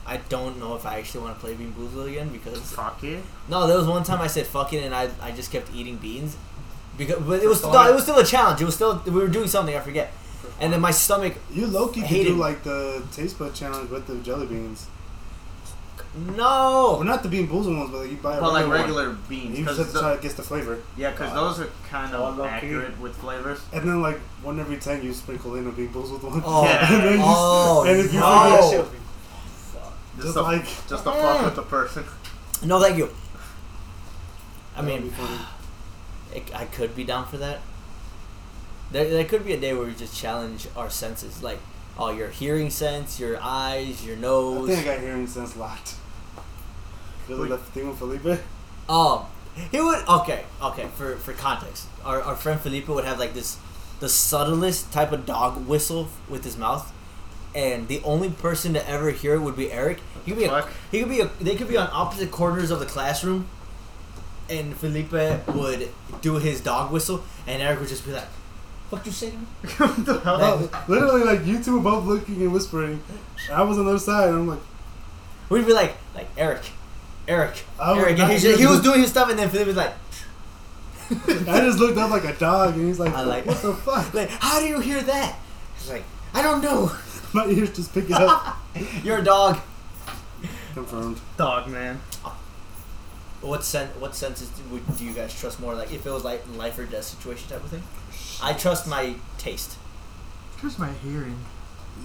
S2: I don't know if I actually want to play Bean Boozled again because
S4: Fuck it.
S2: no, there was one time I said fuck it and I, I just kept eating beans because but it was no, it was still a challenge. It was still we were doing something I forget, and then my stomach
S1: You low key could
S2: Hated.
S1: do like the taste bud challenge with the jelly beans. Well,
S2: no
S1: not the bean boozled ones, but like you buy a
S4: But like
S1: regular
S4: regular
S1: one.
S4: beans,
S1: You just have
S4: because
S1: to try to guess the flavor.
S4: yeah, because those are kind
S5: Oh,
S4: of
S5: low-key.
S4: accurate with flavors.
S1: And then like one every ten you sprinkle in a bean boozled one.
S2: oh
S4: Yeah.
S1: and then you,
S2: oh
S1: and if you
S5: Oh,
S2: no.
S5: that shit.
S4: Just,
S1: just
S4: to,
S1: like
S4: just
S2: Mm.
S4: to fuck with the person.
S2: no thank you. I
S1: that would be
S2: mean,
S1: funny.
S2: it, I could be down for that. There, there could be a day where we just challenge our senses, like oh your hearing sense, your eyes, your
S1: I
S2: nose.
S1: think I got hearing sense locked. Really
S4: Wait.
S1: left thing with Felipe.
S2: Um, he would okay, okay. For for context, our our friend Felipe would have like this, the subtlest type of dog whistle with his mouth, and the only person to ever hear it would be Eric. He could be a,
S4: Fuck.
S2: he could be a, they could be on opposite corners of the classroom, and Felipe would do his dog whistle, and Eric would just be like, "What you say?" to me?"
S4: What the hell?
S2: Like,
S1: Literally like you two were both looking and whispering. I was on the other side and I'm like
S2: We'd be like, like Eric, Eric,
S1: I was
S2: Eric. And
S1: not
S2: he, just- he
S1: hearing
S2: was
S1: the-
S2: doing his stuff, and then Felipe was like,
S1: I just looked up like a dog, and he's like,
S2: I like-
S1: "What the fuck?"
S2: Like, how do you hear that? It's like, I don't know.
S1: My ears just pick it up.
S2: You're a dog.
S1: Confirmed.
S4: Dog man.
S2: What sen- what senses do, would, do you guys trust more? Like, if it was like life or death situation type of thing, I trust my taste.
S3: Trust my hearing.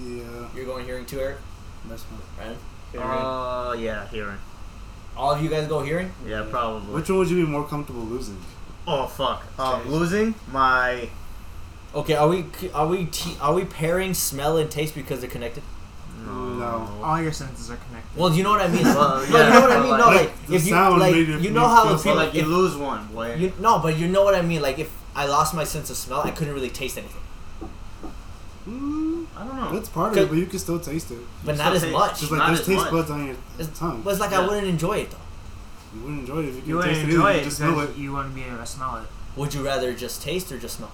S1: Yeah,
S2: You're going hearing too, Eric.
S1: that's one.
S2: Right?
S4: Oh yeah, hearing.
S2: All of you guys go hearing.
S4: Yeah, probably.
S1: Which one would you be more comfortable losing?
S4: oh fuck. Um, losing my
S2: Okay, are we are we te- are we pairing smell and taste because they're connected?
S1: No.
S3: All your senses are connected.
S2: Well, you know what I mean.
S4: Well,
S2: no, you know what I
S4: yeah,
S2: mean.
S4: but
S2: No,
S4: like-
S2: like
S1: The
S2: if you
S1: sound
S2: like,
S1: made it
S2: you know
S1: make
S2: how
S1: me
S2: if
S1: feel
S2: people
S4: Well, like you
S2: if-
S4: lose one. Boy.
S2: You, no, but you know what I mean. Like if I lost my sense of smell, I couldn't really taste anything.
S1: Mm,
S4: I don't know.
S1: that's part of it,
S2: Okay.
S1: but you can still taste it.
S2: But
S4: You
S2: not
S4: still
S2: as
S4: taste-
S2: much.
S1: Just
S2: But
S1: like
S4: Not
S1: there's
S4: as
S1: taste
S4: much.
S1: buds on your
S2: It's-
S1: tongue.
S2: it's like I
S4: Yeah.
S2: wouldn't enjoy it though.
S1: you wouldn't enjoy it if you
S3: you
S1: could
S3: wouldn't
S1: taste it.
S3: enjoy
S1: Either.
S3: it
S1: You just smell it.
S3: because you wouldn't be able to smell it.
S2: Would you rather just taste or just smell?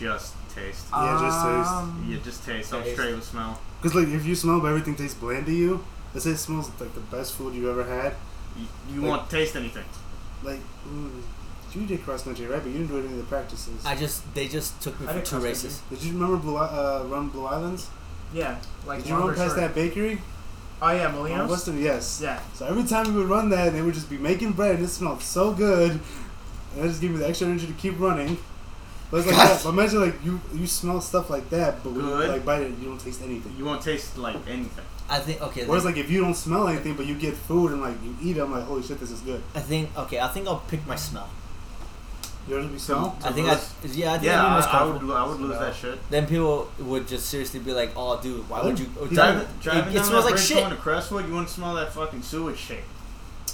S4: Just taste.
S1: Yeah, just taste.
S3: Um,
S4: Yeah, just taste. I'm
S2: Taste.
S4: straight with smell.
S1: Because like if you smell but everything tastes bland to you, let's say it smells like the best food you ever had.
S4: You, you
S1: Like-
S4: won't taste anything.
S1: Like mm, you did cross country, right? But you didn't do any of the practices.
S2: I just they just took me
S4: I
S2: for
S4: didn't
S2: two
S4: trust
S2: races.
S1: did you remember Blue, I- uh, run Blue Islands?
S3: Yeah, like
S1: did you
S3: long
S1: run
S3: or
S1: past
S3: short.
S1: that bakery?
S3: Oh yeah,
S1: On
S3: Molinos.
S1: Western, yes.
S3: Yeah,
S1: So every time we would run that, they would just be making bread, and it smelled so good. And that just gave me the extra energy to keep running. But it's like that. But imagine like you you smell stuff like that, but when you
S4: Good.
S1: like bite it, you don't taste anything.
S4: You won't taste like anything.
S2: I think okay.
S1: Whereas
S2: then-
S1: like if you don't smell anything, but you get food and like you eat them, like holy shit, this is good.
S2: I think okay. I think I'll pick my smell.
S1: Yours would be smell.
S2: I think I yeah. I think
S4: Yeah,
S2: I'd be
S4: I,
S2: most
S4: I would.
S2: comfortable.
S4: lo- I would lose that shit.
S2: Then people would just seriously be like, "Oh, dude, why would you?"
S1: Yeah.
S2: it-
S1: Drive-
S4: Driving,
S2: it-
S4: driving
S2: it,
S4: down
S2: smells
S4: that
S2: like
S4: bridge
S2: shit.
S4: going to Crestwood, you wouldn't smell that fucking sewage shit.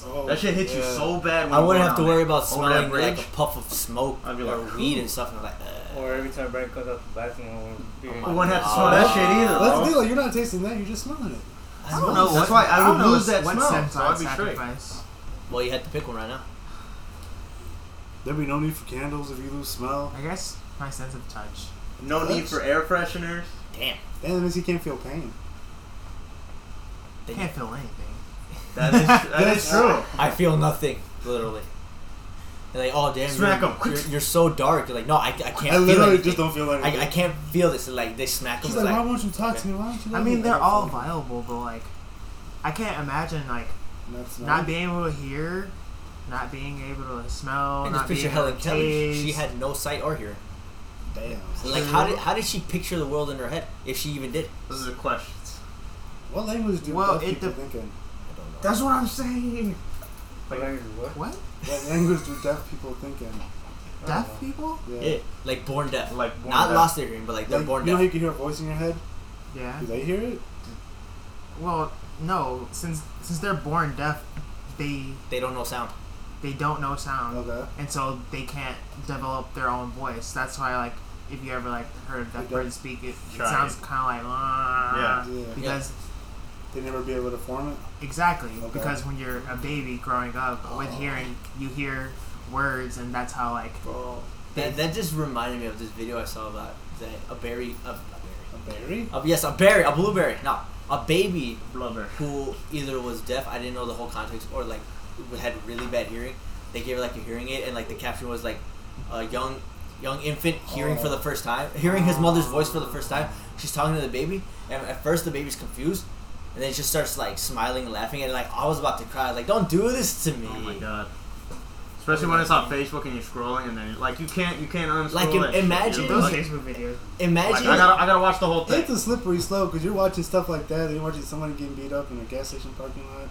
S1: Oh,
S4: That shit hits you
S1: yeah.
S4: so bad. When
S2: I
S4: you
S2: wouldn't
S4: go
S2: have to
S4: down
S2: worry
S4: it.
S2: about
S4: Over that
S2: smelling like
S4: bridge.
S2: a puff of smoke
S4: I'd be
S2: or
S4: like,
S2: weed
S4: "Ooh."
S2: and stuff. And I'm like, uh,
S5: Or every time Brian comes out the bathroom, we're
S2: Oh
S4: I
S2: my
S4: wouldn't have to
S2: God.
S4: smell that shit either.
S1: That's
S4: bro.
S1: the thing. Like you're not tasting that, you're just smelling it.
S2: I
S4: don't
S2: don't
S4: know.
S2: know.
S4: No, that's why I would
S3: know
S4: lose that
S3: what
S4: smell,
S3: sense
S4: so
S3: I
S4: I'd
S3: would
S4: be straight.
S3: sacrifice.
S2: Well, you had to pick one right now.
S1: There'd be no need for candles if you lose smell.
S3: I guess my sense of touch.
S4: No need for air fresheners.
S2: Damn.
S1: Damn, that means you can't feel pain.
S3: I
S2: Then
S3: can't feel anything.
S4: That is, that is
S1: That's-
S4: true.
S2: I feel nothing, literally. They're like, oh damn,
S4: Smack
S2: you're,
S4: 'em, quick.
S2: You're, you're so dark. You're like, no, I, I can't.
S1: I
S2: feel
S1: literally
S2: anything.
S1: just don't feel anything.
S2: I, I can't feel this. And, like they smack them.
S1: She's like, why won't you talk to me? Why don't you?
S3: I
S1: let
S3: mean,
S1: me-"
S3: they're
S1: Like,
S3: all viable, but like, I can't imagine like
S1: That's
S3: not being able to hear, not being able to smell,
S2: and
S3: not
S2: just
S3: being
S2: picture
S3: able
S2: Helen
S3: to
S2: Kelly.
S3: taste.
S2: She had no sight or hearing.
S1: Damn.
S2: Like, how did how did she picture the world in her head if she even did?
S4: This is a question.
S1: What language do
S3: Well,
S1: deaf
S3: it
S1: people
S3: dep-
S1: think in?
S2: I don't know.
S4: That's what I'm saying.
S3: what?
S2: Uh-huh.
S1: What language do deaf people think in?
S3: Deaf people?
S1: Yeah.
S2: Yeah, like born deaf,
S4: Like born
S2: not
S4: deaf.
S2: lost their hearing, but like they're
S1: Like,
S2: born
S1: you know
S2: deaf.
S1: how you can hear a voice in your head?
S3: Yeah.
S1: Do they hear it?
S3: Well, no. Since since they're born deaf, they
S2: they don't know sound.
S3: they don't know sound,
S1: Okay.
S3: and so they can't develop their own voice. That's why like. If you ever like heard a deaf
S1: They don't-
S3: person speak, it, it
S4: Try it.
S3: sounds kind of like "Ah."
S4: Yeah.
S1: Yeah.
S3: because
S1: They never be able to form it.
S3: Exactly,
S1: Okay.
S3: because when you're a baby growing up
S2: Oh.
S3: with hearing, you hear words, and that's how like
S1: Bro,
S2: That, that just reminded me of this video I saw about that a berry, a, a berry,
S1: a berry?
S2: a, Uh, yes, a berry, a blueberry. No, a baby
S4: Blubber.
S2: who either was deaf, I didn't know the whole context, or like had really bad hearing. They gave her like a hearing aid, and like the caption was like a young young infant hearing for
S4: Oh.
S2: the first time, hearing his mother's voice for the first time. She's talking to the baby, and at first the baby's confused, and then she starts like smiling and laughing, and like I was about to cry, like don't do this to me.
S4: Oh my god. Especially when it's on Facebook and you're scrolling and then like you can't you can't unscroll
S2: Like,
S4: that shit,
S2: imagine-
S4: dude.
S3: those
S4: Like,
S3: Facebook videos.
S4: like,
S2: Imagine
S4: I gotta I gotta watch the whole thing.
S1: It's a slippery slope because you're watching stuff like that. and You're watching somebody getting beat up in a gas station parking lot.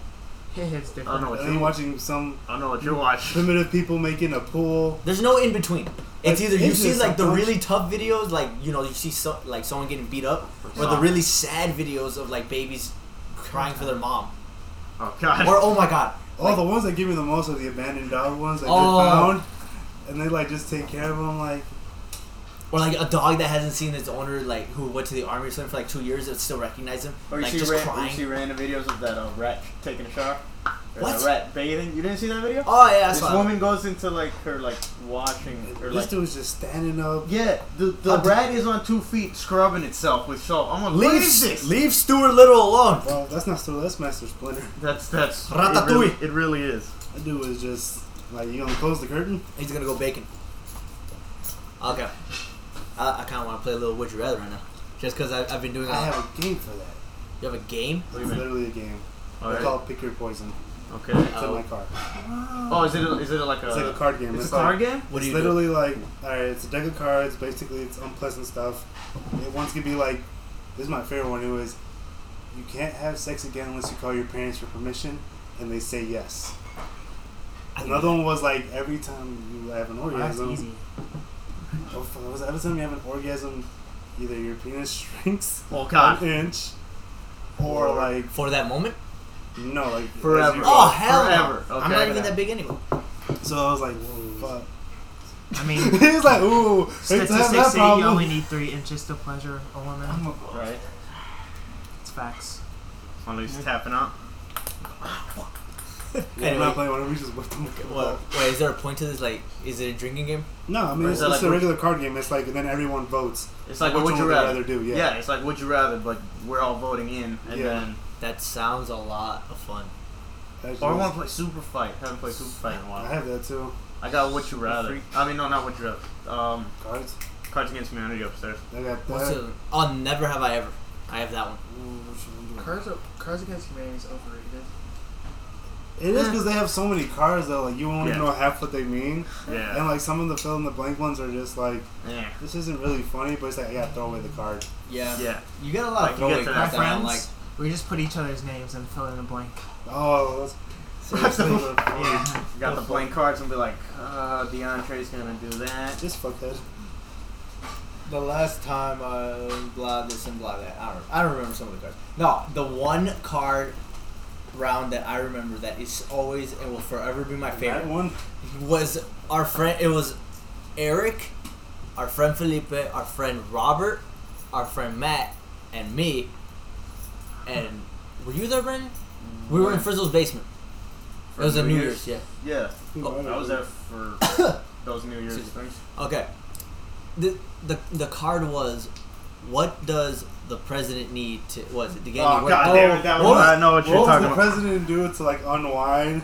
S3: It's
S4: I don't know
S3: different.
S1: And then
S4: what you're
S1: you're
S4: watching.
S1: watching some
S4: I don't know what you're watching.
S1: primitive people making a pool.
S2: There's no in between. It's
S1: Like,
S2: either you
S1: it's
S2: see
S1: just
S2: like the
S1: sometimes-
S2: really tough videos, like you know you see so, like someone getting beat up, or the
S4: Oh.
S2: really sad videos of like babies crying for their mom,
S4: Oh god.
S2: or oh my god,
S1: Oh, the ones that give me the most are the abandoned dog ones that get
S2: Oh.
S1: found, and they like just take care of them. Like,
S2: or like a dog that hasn't seen its owner like who went to the army or something for like two years, it still recognize him,
S4: Or you
S2: like
S4: see
S2: just
S4: ran-
S2: crying.
S4: you see random videos of that uh, rat taking a shower. Or
S2: What?
S4: A rat bathing. You didn't see that video?
S2: oh yeah, I
S4: this
S2: saw. that.
S4: woman goes into like her like washing or
S1: this
S4: like
S1: dude's just standing up.
S4: yeah, the, the
S2: I'll-
S4: rat is on two feet scrubbing itself with soap. I'm like, what is
S2: Leave
S4: this?
S2: leave Stuart Little alone.
S1: Well, that's not still that's Master Splinter.
S4: That's that's
S2: Ratatouille.
S4: It really, it really is.
S1: That dude was just Like you gonna close the curtain?
S2: He's gonna go bacon. Okay. I, I kind of want to play a little Would You Rather right now, just because I've been doing.
S1: I
S2: A,
S1: have a game for that.
S2: you have a game.
S4: What do
S1: It's
S4: you mean?
S1: literally a game.
S4: All
S1: It's
S4: right.
S1: called Pick Your Poison.
S4: Okay.
S1: It's
S2: Oh.
S1: in my car.
S4: Oh, is it a, is it like a
S1: It's like a card game.
S4: It's, a
S1: like-
S4: card game?
S2: What
S1: it's
S2: do you do?
S1: literally like all right, it's a deck of cards. Basically, it's unpleasant stuff. It once could be like this is my favorite one. It was you can't have sex again unless you call your parents for permission and they say yes.
S2: I think-
S1: Another one was like every time you have an
S3: Oh, that's
S1: orgasm,
S3: easy.
S1: oh fuck, was every time you have an orgasm, either your penis shrinks
S4: Oh
S1: an
S4: god.
S1: inch, or
S4: Or-
S1: like
S2: For that moment?
S1: no, like as you
S4: Forever.
S1: go.
S2: Oh hell! no.
S4: Forever.
S2: I'm
S4: Okay.
S2: not even that big anyway.
S1: So I was like, fuck.
S3: I mean,
S1: He's like, ooh, it's not that
S3: statistics say you only
S1: problem.
S3: need three inches to pleasure a woman.
S1: I'm a-
S4: Right.
S3: It's facts.
S4: While he's tapping out.
S1: Yeah, I'm not
S2: Anyway.
S1: playing one. We just whipped him.
S2: Well, wait, is there a point to this? Like, is it a drinking game?
S1: No, I
S4: Or
S1: mean
S4: is
S1: it's
S4: that
S1: just
S4: like
S1: a
S4: which-
S1: regular card game. It's like and then everyone votes.
S4: It's like a
S1: which
S4: would
S1: one
S4: you
S1: would they
S4: rather.
S1: do?
S4: Yeah.
S1: Yeah.
S4: it's like would you rather, but we're all voting in, and
S1: Yeah.
S4: then
S2: That sounds a lot of fun.
S1: That's
S4: or I want
S1: just-
S4: to play Super Fight. haven't played Super Fight in a
S1: I
S4: while.
S1: have that too.
S4: I got Would You Rather.
S5: Freak.
S4: I mean, no, not Would You Rather. Um,
S1: Cards.
S4: Cards Against Humanity upstairs.
S1: I got that.
S2: What's a, oh, never have I ever. I have that one.
S1: Ooh, which one do I-
S6: Cards, Cards Against Humanity is overrated.
S1: It
S2: Eh.
S1: is because they have so many cards that like you only
S4: Yeah.
S1: know half what they mean,
S4: Yeah.
S1: and like some of the fill in the blank ones are just like
S4: Yeah.
S1: this isn't really funny, but it's like I gotta throw away the card.
S2: Yeah.
S4: Yeah.
S2: You got a lot
S4: Like, you
S2: of throwaway
S4: get to
S2: crap
S4: that
S2: that I'm
S3: friends?
S2: like.
S3: We just put each other's names and fill in the blank.
S1: Oh, that's
S4: That's
S1: seriously,
S4: the-
S1: that's funny.
S3: Yeah.
S4: You got the blank cards and be like, uh, DeAndre's gonna do that.
S1: This fuckhead.
S2: The last time I blah this and blah that. I don't. I don't remember some of the cards. No, the one card round that I remember that is always and will forever be my favorite
S1: That one.
S2: was our friend. It was Eric, our friend Felipe, our friend Robert, our friend Matt, and me. And were you there, Brandon? We were in Frizzle's basement.
S4: For
S2: it was a New Year's.
S4: Yeah.
S2: Oh,
S4: I was there for those New Year's
S2: Excuse
S4: things.
S2: yeah. Okay. The the the card was, what does the president need to? Was it the game?
S4: Oh, God damn it, that
S2: what
S4: one.
S2: was-
S4: I know what, you're
S1: What does
S4: talking
S1: the
S4: about.
S1: president do to like unwind?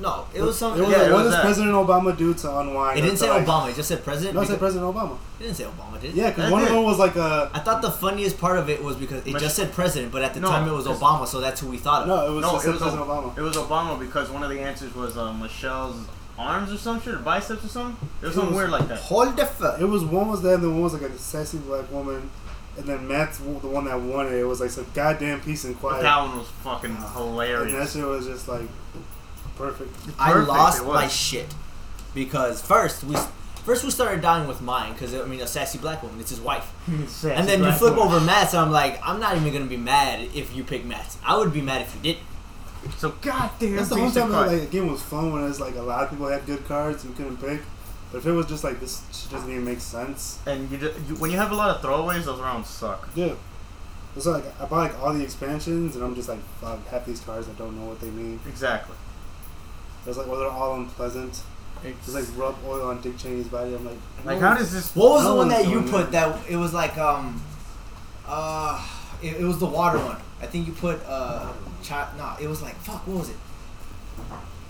S2: No, it was
S1: It
S2: something.
S1: was
S4: yeah,
S1: like,
S4: it
S1: what
S4: was
S1: does
S4: that.
S1: President Obama do to unwind?
S2: it didn't say
S1: Or to, like-
S2: Obama. It just said president.
S1: No, it said
S2: because-
S1: President Obama.
S2: it didn't say Obama. Did it?
S1: Yeah, because
S4: That
S1: one of
S4: did.
S1: them was like a
S2: I thought the funniest part of it was because it
S4: Mich-
S2: just said president, but at the
S4: No,
S2: time it was
S4: it's-
S2: Obama, so that's who we thought of.
S1: no. It was
S4: No,
S1: just
S4: it
S1: said
S4: was
S1: President
S4: a-
S1: Obama.
S4: It was Obama because one of the answers was uh, Michelle's arms or some shit, or biceps or something. It was
S1: It
S4: something
S1: was-
S4: weird like that.
S2: Hold the fuck.
S1: It was one was that, and then one was like a sassy black woman, and then Matt's w- the one that won it. It was like some goddamn peace and
S4: But
S1: quiet,
S4: that one was fucking
S1: and that
S4: hilarious.
S1: shit was just like perfect.
S2: I
S4: Perfect,
S2: lost
S4: it was.
S2: my shit because first we first we started dying with mine because I mean a sassy black woman, it's his wife, and then you flip over Matt's and I'm like, I'm not even gonna be mad if you pick Matt's. I would be mad if you did.
S4: So goddamn
S1: That's the whole
S4: piece of
S1: time that,
S4: card.
S1: like the game was fun when it was like a lot of people had good cards and couldn't pick. But if it was just like this, shit doesn't even make sense.
S4: And you, ju- you when you have a lot of throwaways, those rounds suck.
S1: Yeah. It's like I buy like all the expansions, and I'm just like fuck, half these cards I don't know what they mean.
S4: Exactly.
S1: It's like well they're all unpleasant. It's like rub oil on Dick Cheney's body. I'm like,
S4: Like
S1: no.
S4: how does this?
S2: What was
S1: No
S2: the one
S1: one's
S2: that you
S1: doing
S2: put that it was like um uh it, it was the water one. I think you put uh chi- no, it was like fuck what was it?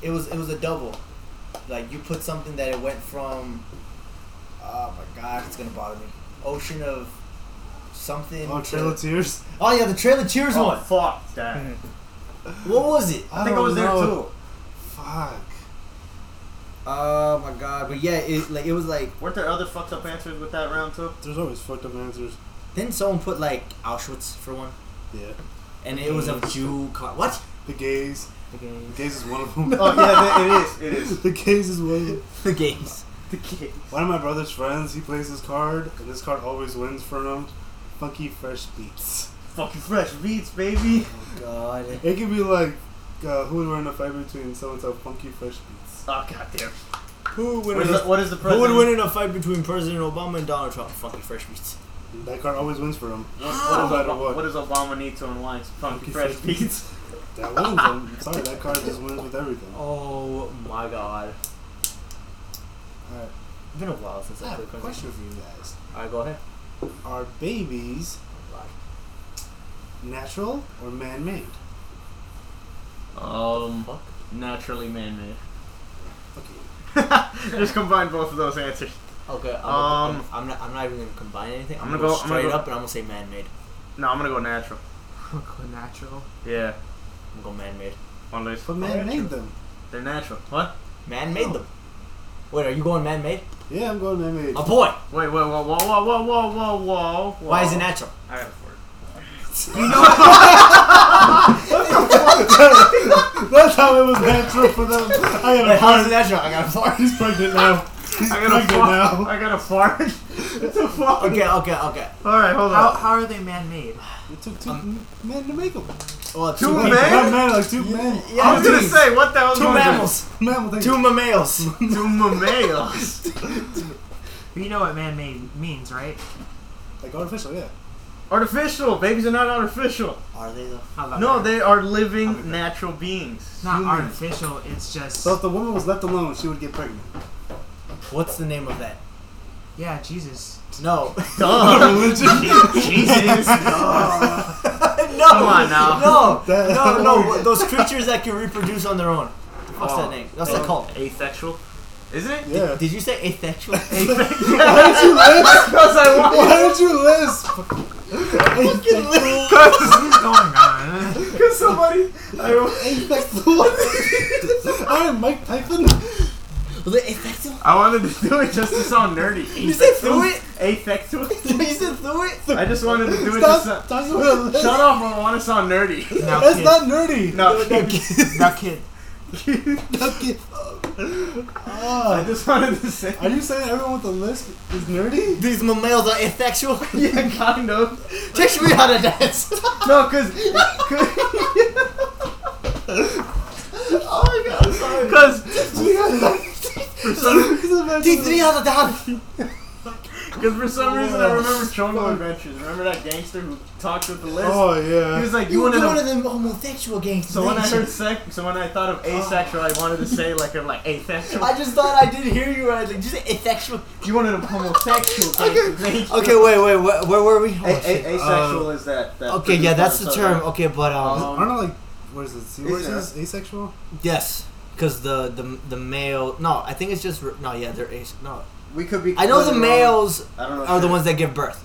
S2: It was it was a double. Like you put something that it went from oh my god, it's gonna bother me. Ocean of something
S1: Oh,
S2: to-
S1: Trail of Tears.
S2: Oh yeah, the trailer cheers
S4: Oh
S2: one.
S4: fuck that!
S2: What was it?
S4: I, think I
S1: don't
S4: was there
S1: know.
S4: too.
S1: Oh, Fuck.
S2: Oh my god, but yeah, it like it was like
S4: Weren't there other fucked up answers with that round too?
S1: There's always fucked up answers.
S2: then someone put like Auschwitz for one.
S1: Yeah.
S2: And it was a Jew car. What?
S1: The gays.
S3: The
S1: The
S3: game.
S1: gays is one of them.
S4: Oh yeah, it is. It is.
S1: the gays is one of them.
S2: The games.
S1: One of my brother's friends, he plays this card, and this card always wins for him. Funky fresh beats.
S4: Fucking fresh beats, baby.
S2: Oh god.
S1: It could be like, uh, who would win in a fight between so and so funky fresh beats?
S4: Oh goddamn.
S2: Who would
S4: What is, the, what is the
S2: Who
S4: president?
S2: would win in a fight between President Obama and Donald Trump? Fucking fresh meats.
S1: That card always wins for him.
S4: What,
S1: No
S4: what, does
S1: matter
S4: Obama,
S1: what.
S4: what does Obama need to unwind some funky fresh beats?
S1: That wins him. Sorry, that card just wins with everything.
S2: Oh my god.
S1: Alright,
S2: It's been a while since
S1: I
S2: I
S4: Ah,
S1: have a
S2: played
S1: question for you guys.
S2: Alright, go ahead.
S1: Are babies natural or man made?
S4: Um, naturally man-made.
S1: Fuck you.
S4: Just combine both of those answers.
S2: Okay. I'm,
S4: Um,
S2: gonna, I'm not. I'm not even gonna combine anything. I'm,
S4: I'm gonna
S2: gonna go
S4: go- I'm gonna
S2: straight
S4: go-
S2: up, and I'm gonna say man-made.
S4: No, I'm gonna go natural.
S3: Go natural.
S4: Yeah,
S2: I'm gonna go man-made.
S4: one of those.
S1: But man made them.
S4: They're natural. What?
S2: Man-made them. Wait, are you going man-made?
S1: Yeah, I'm going man made.
S2: A boy.
S4: Wait, wait, whoa, whoa, whoa, whoa, whoa, whoa, whoa.
S2: Why is it natural?
S4: I got a word.
S1: That's how it was natural for them. I
S2: Wait, how is
S1: am
S2: it natural? I got a fart.
S1: He's pregnant now. He's
S4: I got a
S1: pregnant
S4: fart.
S1: now.
S4: I got a fart. it's a fart.
S2: Okay, okay, okay.
S4: All right, hold
S3: How,
S4: on.
S3: how are they man made?
S1: It took two men to make them.
S2: Well,
S4: Two
S2: people-
S4: men?
S1: Not men, like two men.
S2: Yeah,
S4: I was gonna
S2: geez.
S4: say what the hell?
S2: Two mammals.
S1: Man, well,
S2: Two mammals.
S4: Two mammals.
S3: You know what man made means, right?
S1: like artificial, yeah.
S4: artificial babies are not artificial.
S2: Are they though?
S3: How about
S4: No,
S3: that?
S4: they are
S1: I'm okay.
S4: living natural beings.
S3: It's not
S4: Humans.
S3: artificial. It's just
S1: So if the woman was left alone, she would get pregnant.
S2: What's the name of that?
S3: yeah, Jesus.
S2: No.
S4: Duh. Oh, Jesus.
S2: no.
S4: Come on now.
S2: No.
S1: That-
S2: No, no. what- Those creatures that can reproduce on their own. What's that name? What's that called?
S4: Asexual, isn't it?
S1: Yeah.
S2: Did you say asexual?
S1: Why did you lisp?
S4: Because I want.
S1: Why did you lisp?
S3: What is going on?
S4: Because somebody. I,
S1: Asexual. I am Mike Tyson.
S2: Was it asexual?
S4: I wanted to do it just to sound nerdy.
S2: You said through it? You
S4: Asexual.
S2: said through it?
S4: I just wanted to do it to
S1: Stop
S4: sound.
S1: talking about lisp.
S4: Shut up! I want to sound nerdy.
S3: Now,
S1: That's
S3: kid,
S1: not nerdy.
S4: No,
S3: now, kid.
S1: Okay.
S4: I
S1: Ah.
S4: just wanted to say.
S1: Are you saying everyone with a lisp is nerdy?
S2: These mammals are asexual.
S4: Yeah, kind of.
S2: Teach me how to dance.
S4: No, because.
S2: oh my god, I'm sorry.
S4: Because for some,
S2: Teach me how to dance.
S4: cause for some reason I remember Chongo Adventures. Remember that gangster who talked with the list?
S1: Oh
S4: He
S1: yeah.
S4: was um, like,
S2: You
S4: you
S2: were
S4: want to
S2: one
S4: know.
S2: of them homosexual gangs.
S4: So when I heard sex, so when I thought of asexual, I wanted to say like I'm like asexual.
S2: I just thought I didn't hear you right. Like, did you say asexual?
S4: You wanted a homosexual. Okay.
S2: Okay, wait, wait, where, where were we? Oh,
S4: A-
S2: shit.
S4: a- asexual is that, that.
S2: okay, yeah, that's the term.
S4: Okay.
S2: Okay, but um,
S1: I don't know, like, what is it? See, where it
S4: Is
S1: says asexual?
S2: yes, because the the the male. No, I think it's just re- no. Yeah, they're as no.
S4: We could be.
S2: I know the
S4: completely wrong.
S2: males
S4: I don't know. if
S2: are the
S4: it-
S2: ones that give birth.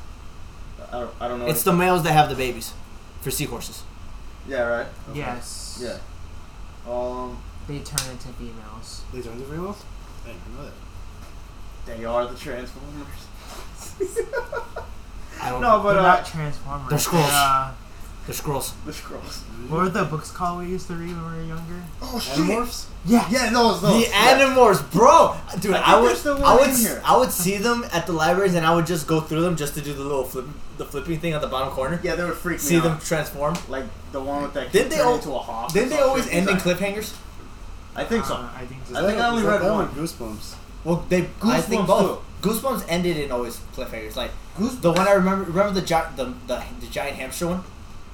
S4: I don't, I don't know.
S2: It's the males that have the babies for seahorses.
S4: yeah, right. Okay.
S3: Yes.
S4: Yeah. Um,
S3: They turn into females.
S1: They turned into females? I didn't know that.
S4: they are the Transformers.
S2: I don't.
S4: No,
S2: know.
S4: but
S3: They're
S4: uh,
S3: not Transformers.
S2: They're squirrels.
S3: Uh,
S2: They're squirrels.
S4: the Skrulls.
S2: Mm-hmm.
S3: what were the books called we used to read when we were younger?
S4: Oh
S1: Animorphs?
S3: Yeah.
S4: Yeah, those. those.
S2: The Animorphs, bro, dude.
S4: I think
S2: I, would,
S4: they're still
S2: I would,
S4: in
S2: s-
S4: here.
S2: I would see them at the libraries, and I would just go through them just to do the little flip, the flipping thing at the bottom corner.
S4: Yeah, they would freak
S2: See
S4: me
S2: them
S4: out.
S2: transform.
S4: Like the one with that.
S2: Didn't
S4: Did
S2: they
S4: they
S2: al-
S4: into a hawk? or
S2: Didn't they
S4: some
S2: always
S4: shit?
S2: end in
S4: Exactly.
S2: cliffhangers?
S4: I think so.
S3: Uh, I think
S1: Is
S3: so.
S4: I think I only
S1: is that
S4: read
S1: that
S4: one.
S1: Goosebumps.
S2: Well, they. I think
S4: Goosebumps,
S2: both. Goosebumps ended in always cliffhangers. Like the one I remember. Remember the gi- the, the the giant hamster one.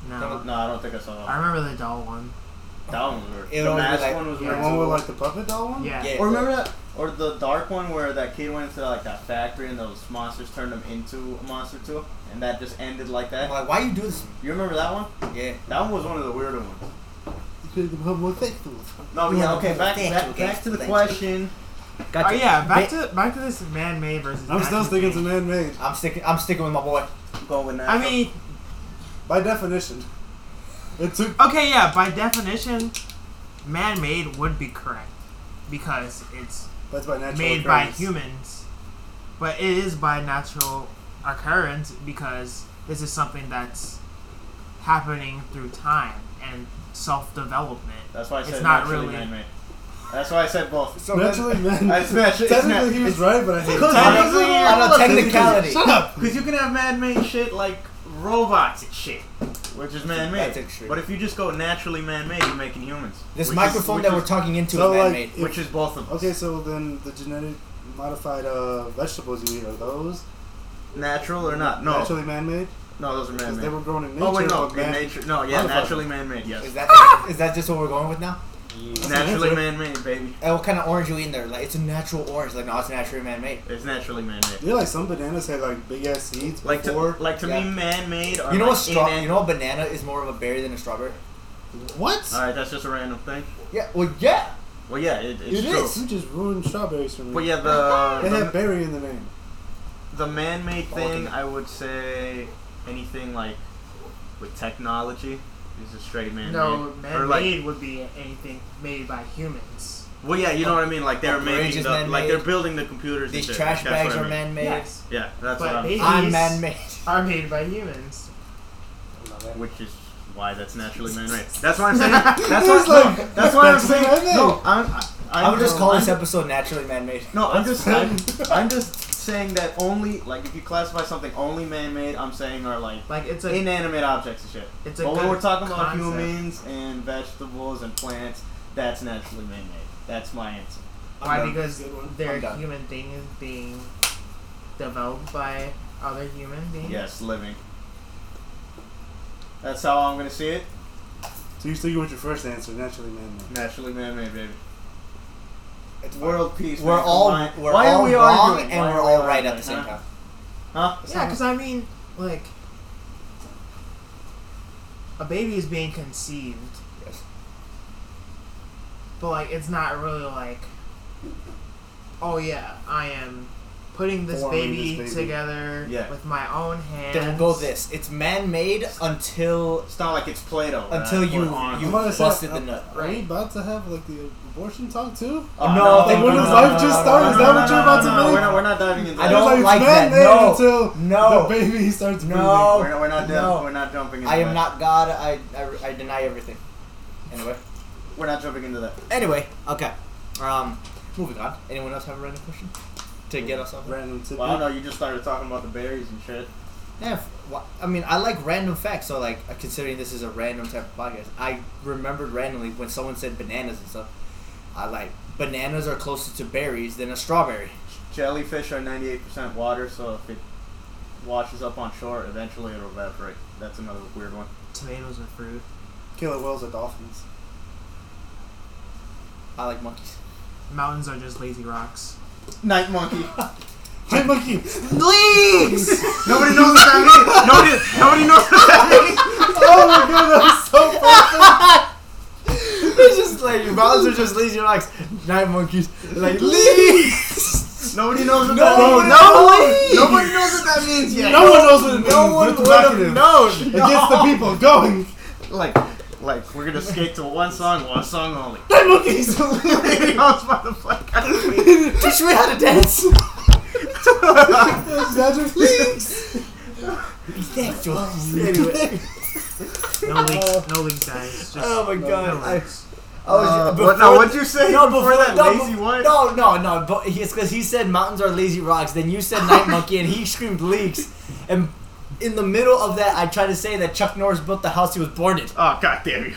S3: No.
S4: No, I don't think I saw that.
S3: I
S4: One.
S3: remember the doll one.
S4: That one. Or
S2: It
S4: the
S2: would be
S4: mask
S2: like-
S4: one was
S3: Yeah.
S1: The
S4: weird.
S1: one with, like, the puppet doll one?
S3: Yeah.
S2: Yeah.
S4: Or remember that, or the dark one where that kid went into like that factory and those monsters turned him into a monster too, and that just ended like
S2: I'm
S4: that.
S2: like, why you do this?
S4: You remember that one?
S2: Yeah.
S4: That one was one of the weirder ones.
S1: You could become more faithful.
S4: No, but yeah,
S2: Yeah,
S4: okay. Back,
S2: thank you,
S4: back,
S2: okay,
S4: back to the
S2: thank you.
S4: question.
S3: Oh
S2: Gotcha.
S3: yeah, back
S2: Ba-
S3: to back to this man-made versus.
S1: I'm still sticking to man made.
S2: I'm sticking. I'm sticking with my boy.
S4: Going with that.
S3: I mean,
S1: By definition. It took.
S3: okay, yeah. By definition, man-made would be correct because it's
S1: That's by natural.
S3: made by
S1: occurrence.
S3: humans, but it is by natural occurrence because this is something that's happening through time and self-development.
S4: that's why I said
S3: it's not
S4: naturally
S3: really-
S4: man-made. That's why I said both.
S2: So
S1: Naturally, man.
S4: I smash it.
S1: Technically, he was right, but I hate
S4: Because-
S1: it.
S2: Technically, on a technicality.
S4: Shut up. Because you can have man-made shit like robots and shit, which is man-made.
S2: That's extreme.
S4: But if you just go naturally man-made, you're making humans.
S2: This
S4: which is-
S2: microphone
S4: which
S2: that
S4: is-
S2: we're talking into
S1: So,
S2: is
S1: like,
S2: man-made.
S1: if-
S4: which is both of them.
S1: Okay, so then the genetic modified uh, vegetables you eat are those
S4: Natural or not? No,
S1: naturally man made?
S4: no, those are
S1: Because
S4: man-made.
S1: they were grown in nature.
S4: Oh wait, no,
S1: but
S4: man-
S1: man-
S4: nature. No, yeah,
S1: Modified.
S4: naturally man-made. Yes,
S2: is that is that just what we're going with now?
S4: naturally
S1: That's
S4: man-made, baby.
S2: And what kind of orange you eating there? Like it's a natural orange. Like no, it's naturally man-made.
S4: It's naturally man-made.
S1: You know, like some bananas had like big ass seeds
S4: Like to,
S1: before.
S4: like to
S2: yeah.
S4: me, man-made. Are
S2: You know
S4: like
S2: what? Straw.
S4: inan-
S2: You know what banana is more of a berry than a strawberry.
S1: what?
S2: Uh,
S4: All right, that's just a random thing.
S2: Yeah. Well, yeah.
S4: Well, yeah, it,
S1: It
S4: it's
S1: is.
S4: true.
S1: You just ruined strawberries for me.
S4: But yeah, the
S1: They
S4: the,
S1: have berry in the name.
S4: the man-made thing,
S2: Ultimate.
S4: I would say anything like with technology is a straight man-made.
S3: No,
S4: or
S3: man-made
S4: like,
S3: would be anything made by humans.
S4: well, yeah, you know what I mean. Like
S2: A
S4: they're
S2: bridge
S4: making
S2: is
S4: the, like
S2: man-made.
S4: they're building the computers.
S2: These
S4: and shit.
S2: trash
S4: That's
S2: bags
S4: what I
S2: are
S4: mean.
S2: man-made.
S3: Yes,
S4: Yeah, that's
S3: But
S4: what I'm.
S3: they-
S2: I'm
S3: These-
S2: man-made.
S3: are made by humans.
S4: Which is why that's naturally man-made. That's why I'm saying. That's why.
S1: It's like-
S4: no, that's why I'm
S1: that's
S4: saying.
S1: man-made.
S4: No, I'm. I,
S2: I would just call
S4: I'm-
S2: this episode naturally man-made.
S4: No, I'm just I'm, I'm just saying that only like if you classify something only man-made, I'm saying are like
S3: Like it's a
S4: inanimate objects and shit.
S3: it's a
S4: But when
S3: good
S4: we're talking about
S3: concept.
S4: humans and vegetables and plants, that's naturally man-made. That's my answer.
S1: I'm
S3: Why?
S1: done.
S3: Because
S1: Good one.
S3: their
S1: I'm done.
S3: human thing is being developed by other human beings.
S4: Yes, living. That's how I'm gonna see it.
S1: So you still with your first answer, naturally, man. man.
S4: Naturally man-made, baby. It's world peace.
S2: We're
S4: man.
S2: all
S4: Why-
S2: we're
S4: why are
S2: all
S4: we
S2: wrong
S4: arguing?
S2: and
S4: Why
S2: we're
S4: are we
S2: all right
S4: arguing,
S2: at the same
S4: huh?
S2: time.
S4: Huh?
S3: Yeah, because I mean, like, a baby is being conceived.
S2: Yes.
S3: But, like, it's not really like, oh, yeah, I am putting this,
S1: Forming
S3: baby,
S1: this baby."
S3: together
S4: Yeah.
S3: with my own hands.
S2: Then we'll go this. It's man-made until
S4: It's not like it's Play-Doh. right?
S2: until you
S4: Or on-
S2: you
S1: I'm about to say,
S2: busted the
S1: uh,
S2: nut.
S1: Are we about to have like the abortion talk too?
S4: Oh,
S2: No,
S1: they wouldn't
S4: no,
S1: have
S4: no,
S1: life
S4: no,
S1: just
S4: no,
S1: started.
S4: no,
S1: Is
S4: no,
S1: that
S4: no,
S1: what you're
S4: no,
S1: about
S4: no,
S1: to
S4: no,
S1: make?
S4: We're not, we're not diving into
S2: I
S4: that.
S2: don't
S1: It's
S2: like that.
S1: man-made
S2: No.
S1: Until
S2: No.
S1: the baby starts breathing.
S2: No.
S4: We're not, we're not,
S2: No.
S4: div- we're not jumping into
S2: I
S4: that.
S2: am not God. I, I, I deny everything. Anyway.
S4: We're not jumping into that.
S2: Anyway. Okay. Um, moving on. Anyone else have a random question to get us off?
S1: Random tidbit.
S4: Well, I don't know. You just started talking about the berries and shit.
S2: Yeah. f- wha- I mean, I like random facts. So, like, uh, considering this is a random type of podcast, I remembered randomly when someone said bananas and stuff. I like bananas are closer to berries than a strawberry.
S4: Jellyfish are 98% water, so if it washes up on shore, eventually it'll evaporate. That's another weird one.
S3: Tomatoes are fruit.
S1: Killer whales are dolphins.
S2: I like monkeys.
S3: Mountains are just lazy rocks.
S4: Night monkey.
S1: Hey, monkey.
S2: Leaves.
S4: nobody knows what that means. Nobody, nobody knows what that means.
S1: Oh my god, that was so
S2: it's just like mountains are just lazy rocks. Night monkeys like leaves.
S4: Nobody knows what that
S2: No,
S4: means.
S2: no,
S4: Nobody knows what that means yet.
S1: No one knows what it means.
S2: No one
S1: It's
S2: would have
S1: provocative.
S2: known.
S1: It gets the people going.
S4: Like, like we're gonna skate to one song, one song only.
S1: Hey, monkeys.
S4: Nobody knows what the fuck.
S2: Teach me how to dance.
S1: Magic leaks.
S2: Anyway.
S3: No leaks. No leaks, guys. Just
S2: Oh my
S3: no
S2: god. I,
S3: leaks.
S2: I was
S4: Uh,
S2: before,
S4: what, no, what'd you say
S2: no,
S4: before
S2: before-
S4: that?
S2: no,
S4: lazy what?
S2: no, no, no. But he- it's because he said mountains are lazy rocks. Then you said night monkey, and he screamed leaks. And in the middle of that, I tried to say that Chuck Norris built the house he was born in.
S4: Oh god damn you.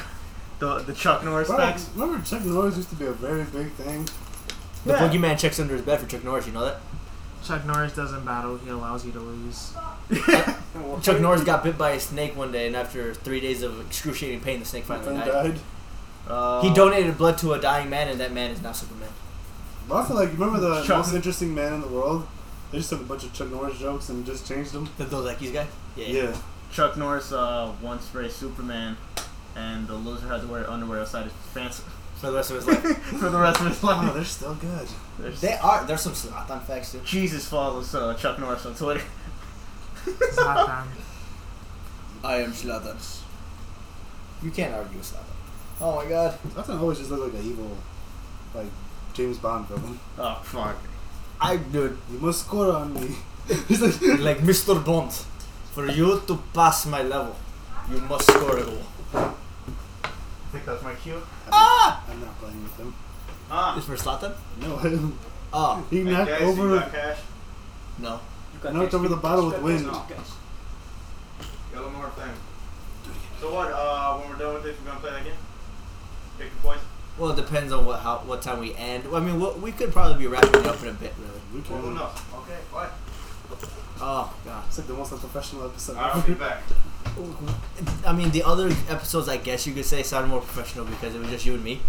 S4: The the Chuck Norris
S1: Bro,
S4: facts.
S1: remember Chuck Norris used to be a very big thing?
S2: The
S4: Yeah.
S2: boogeyman checks under his bed for Chuck Norris. You know that?
S3: Chuck Norris doesn't battle. He allows you to lose.
S2: Chuck Norris got bit by a snake one day, and after three days of excruciating pain, the snake finally
S1: And
S2: died.
S1: died.
S4: Uh,
S2: He donated blood to a dying man, and that man is now Superman.
S1: But I feel like, remember the
S4: Chuck-
S1: most interesting man in the world? They just took a bunch of Chuck Norris jokes and just changed them.
S2: The Dos Equis guy?
S1: Yeah.
S4: Chuck Norris uh, once raced Superman, and the loser had to wear underwear outside his pants
S2: For the rest of his life.
S4: for the rest of his
S1: Oh,
S4: life.
S1: they're still good.
S4: There's-
S2: They are. There's some Slothon facts too.
S4: Jesus follows uh, Chuck Norris on Twitter.
S3: It's not them.
S2: I am Slothon. You can't argue with Slothon. Oh my god.
S1: Nothing always just looked like an evil, like, James Bond villain.
S4: Oh fuck.
S2: I do
S1: You must score on me. He's like,
S2: like Mr. Bond. For you to pass my level, you must score a goal.
S4: I think that's my cue.
S1: I'm not playing with him.
S4: Ah.
S2: It's for Slothon?
S1: No,
S2: Oh
S1: he knocked over.
S4: cash.
S2: no.
S1: knocked over the bottle with wind.
S4: Yellow more thing. So what? Uh, when we're done with this, we're gonna play that game. Pick your points.
S2: Well, it depends on what how, what time we end. Well, I mean, what, we could probably be wrapping it up in a bit, really.
S1: We can.
S4: Okay. What?
S2: Oh god.
S1: It's like the most unprofessional episode
S4: I'll be
S1: ever.
S4: back.
S2: I mean, the other episodes, I guess you could say, sound more professional because it was just you and me.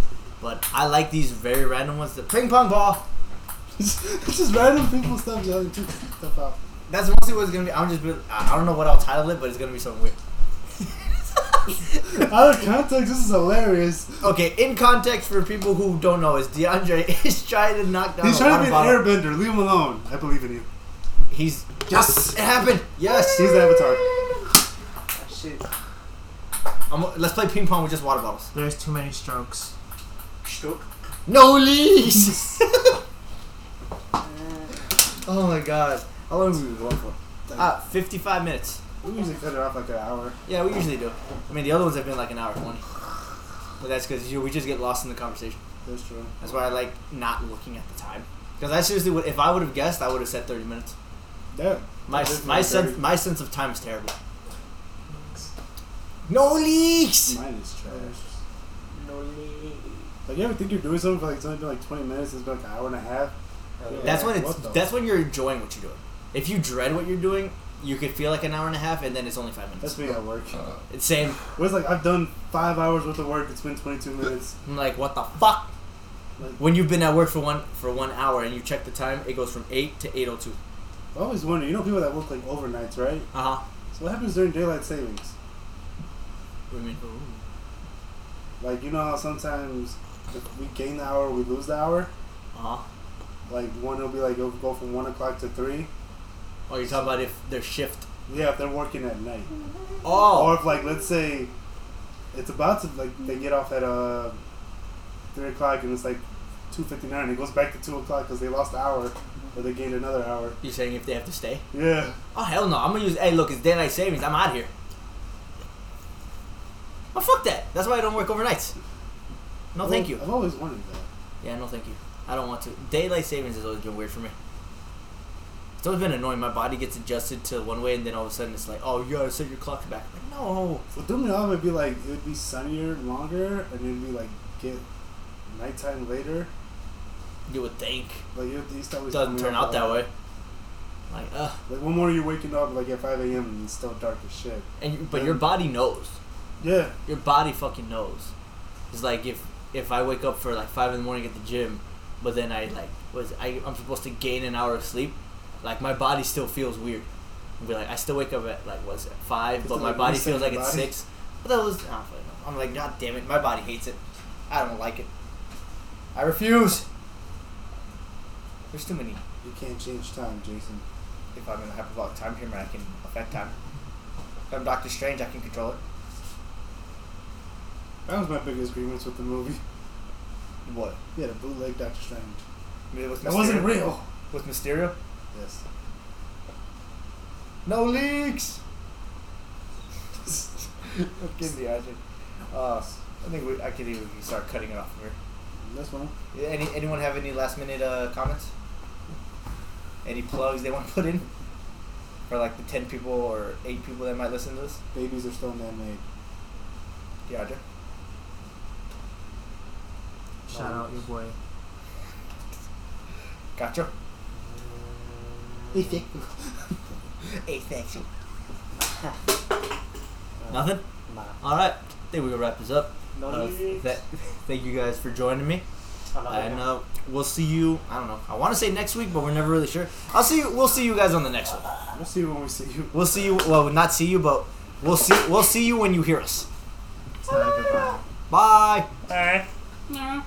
S2: But I like these very random ones. The ping pong ball.
S1: it's just random people stuff yelling too- stuff out.
S2: That's mostly what it's gonna be. I'm just. be- I I don't know what I'll title it, but it's gonna be something weird.
S1: Out of context, this is hilarious.
S2: Okay, in context for people who don't know, is DeAndre is trying to knock down
S1: He's
S2: a
S1: trying
S2: water
S1: to be an
S2: bottle.
S1: airbender. Leave him alone. I believe in you.
S2: He's
S1: Yes.
S2: it happened. Yes,
S1: He's the avatar.
S5: Shit.
S2: I'm, let's play ping pong with just water bottles.
S3: There's too many strokes.
S5: Stroke.
S2: No leash. oh my god, how long have we been going for? Uh, fifty-five minutes.
S1: We usually cut it off like an hour.
S2: Yeah, we usually do. I mean, the other ones have been like an hour twenty, but that's because we just get lost in the conversation.
S1: That's true.
S2: That's why I like not looking at the time. Because I seriously would, if I would have guessed, I would have said thirty minutes.
S1: Yeah.
S2: My
S1: Definitely 30.
S2: my sense my sense of time is terrible. No leaks.
S1: Mine is trash.
S5: No need.
S1: Like you ever think you're doing something for like it's only been like 20 minutes? It's been like an hour and a half.
S2: That's
S1: Yeah,
S2: when it's
S1: what the-
S2: that's when you're enjoying what you're doing. If you dread what you're doing, you could feel like an hour and a half, and then it's only five minutes.
S1: That's me at work.
S2: It's same.
S1: Whereas like I've done five hours worth of work. It's been 22 minutes.
S2: I'm like, what the fuck?
S1: Like,
S2: When you've been at work for one for one hour and you check the time, it goes from eight to eight oh two.
S1: I always wonder. You know people that work like overnights, right?
S2: Uh huh.
S1: So what happens during daylight savings?
S2: What do you mean?
S1: Like you know how sometimes if we gain the hour, we lose the hour.
S2: Uh huh.
S1: Like one will be like it'll go from one o'clock to three.
S2: Oh, you're talking about if their shift.
S1: Yeah, if they're working at night, or
S2: Oh.
S1: if like let's say it's about to like they get off at uh three o'clock and it's like two fifty nine. It goes back to two o'clock because they lost an hour, but they gained another hour.
S2: You're saying if they have to stay?
S1: Yeah,
S2: Oh hell no! I'm gonna use. Hey, look, it's daylight savings. I'm out here. Oh fuck that! That's why I don't work overnights. No,
S1: I've
S2: thank
S1: al-
S2: you.
S1: I've always wanted that.
S2: Yeah, no, thank you. I don't want to. Daylight savings has always been weird for me. It's always been annoying. My body gets adjusted to one way, and then all of a sudden it's like, oh, you gotta set your clock back. Like, no.
S1: What threw me off would be like it would be sunnier, longer, and it'd be like get nighttime later.
S2: You would think.
S1: Like it would- it used to
S2: It
S1: always
S2: doesn't
S1: throw me
S2: turn
S1: off
S2: out that way. Like, ugh.
S1: Like one morning you're waking up like at five a.m. and it's still dark as shit.
S2: And you, but your body knows.
S1: Yeah,
S2: Your body fucking knows. It's like if if I wake up for like five in the morning at the gym, but then I like was I I'm supposed to gain an hour of sleep, like my body still feels weird. I'll be like I still wake up at like what's it five,
S1: It's
S2: but my
S1: like
S2: body
S1: resetting
S2: feels like
S1: your
S2: it's
S1: body.
S2: six. But that was I don't fucking know. I'm like god damn it, my body hates it. I don't like it. I refuse. There's too many.
S1: you can't change time, Jason.
S2: If I'm in a hyperbolic time chamber, I can affect time. If I'm Doctor Strange, I can control it.
S1: That was my biggest grievance with the movie.
S2: What?
S1: Yeah, the bootleg Doctor Strange.
S2: With
S1: That wasn't
S2: Mysterio-
S1: real.
S2: With Mysterio.
S1: Yes.
S2: No leaks. I'm kidding, Isaac. Uh, I think we, I could even start cutting it off from
S1: That's one.
S2: here. Yeah, Any anyone have any last minute uh, comments? Any plugs they want to put in for like the ten people or eight people that might listen to this?
S1: Babies are still man made.
S2: DeAndre.
S3: Shout out your boy.
S2: Gotcha. Nothing.
S5: Nah.
S2: All right. I think we can wrap this up.
S5: No
S2: Uh,
S5: need.
S2: that, thank you guys for joining me.
S5: I love it.
S2: And uh, we'll see you. I don't know. I want to say next week, but we're never really sure. I'll see you. We'll see you guys on the next one.
S1: We'll see when we see you.
S2: We'll see you. Well, not see you, but we'll see. We'll see you when you hear us.
S3: It's not a good vibe.
S2: Bye.
S5: Alright.
S7: Yeah.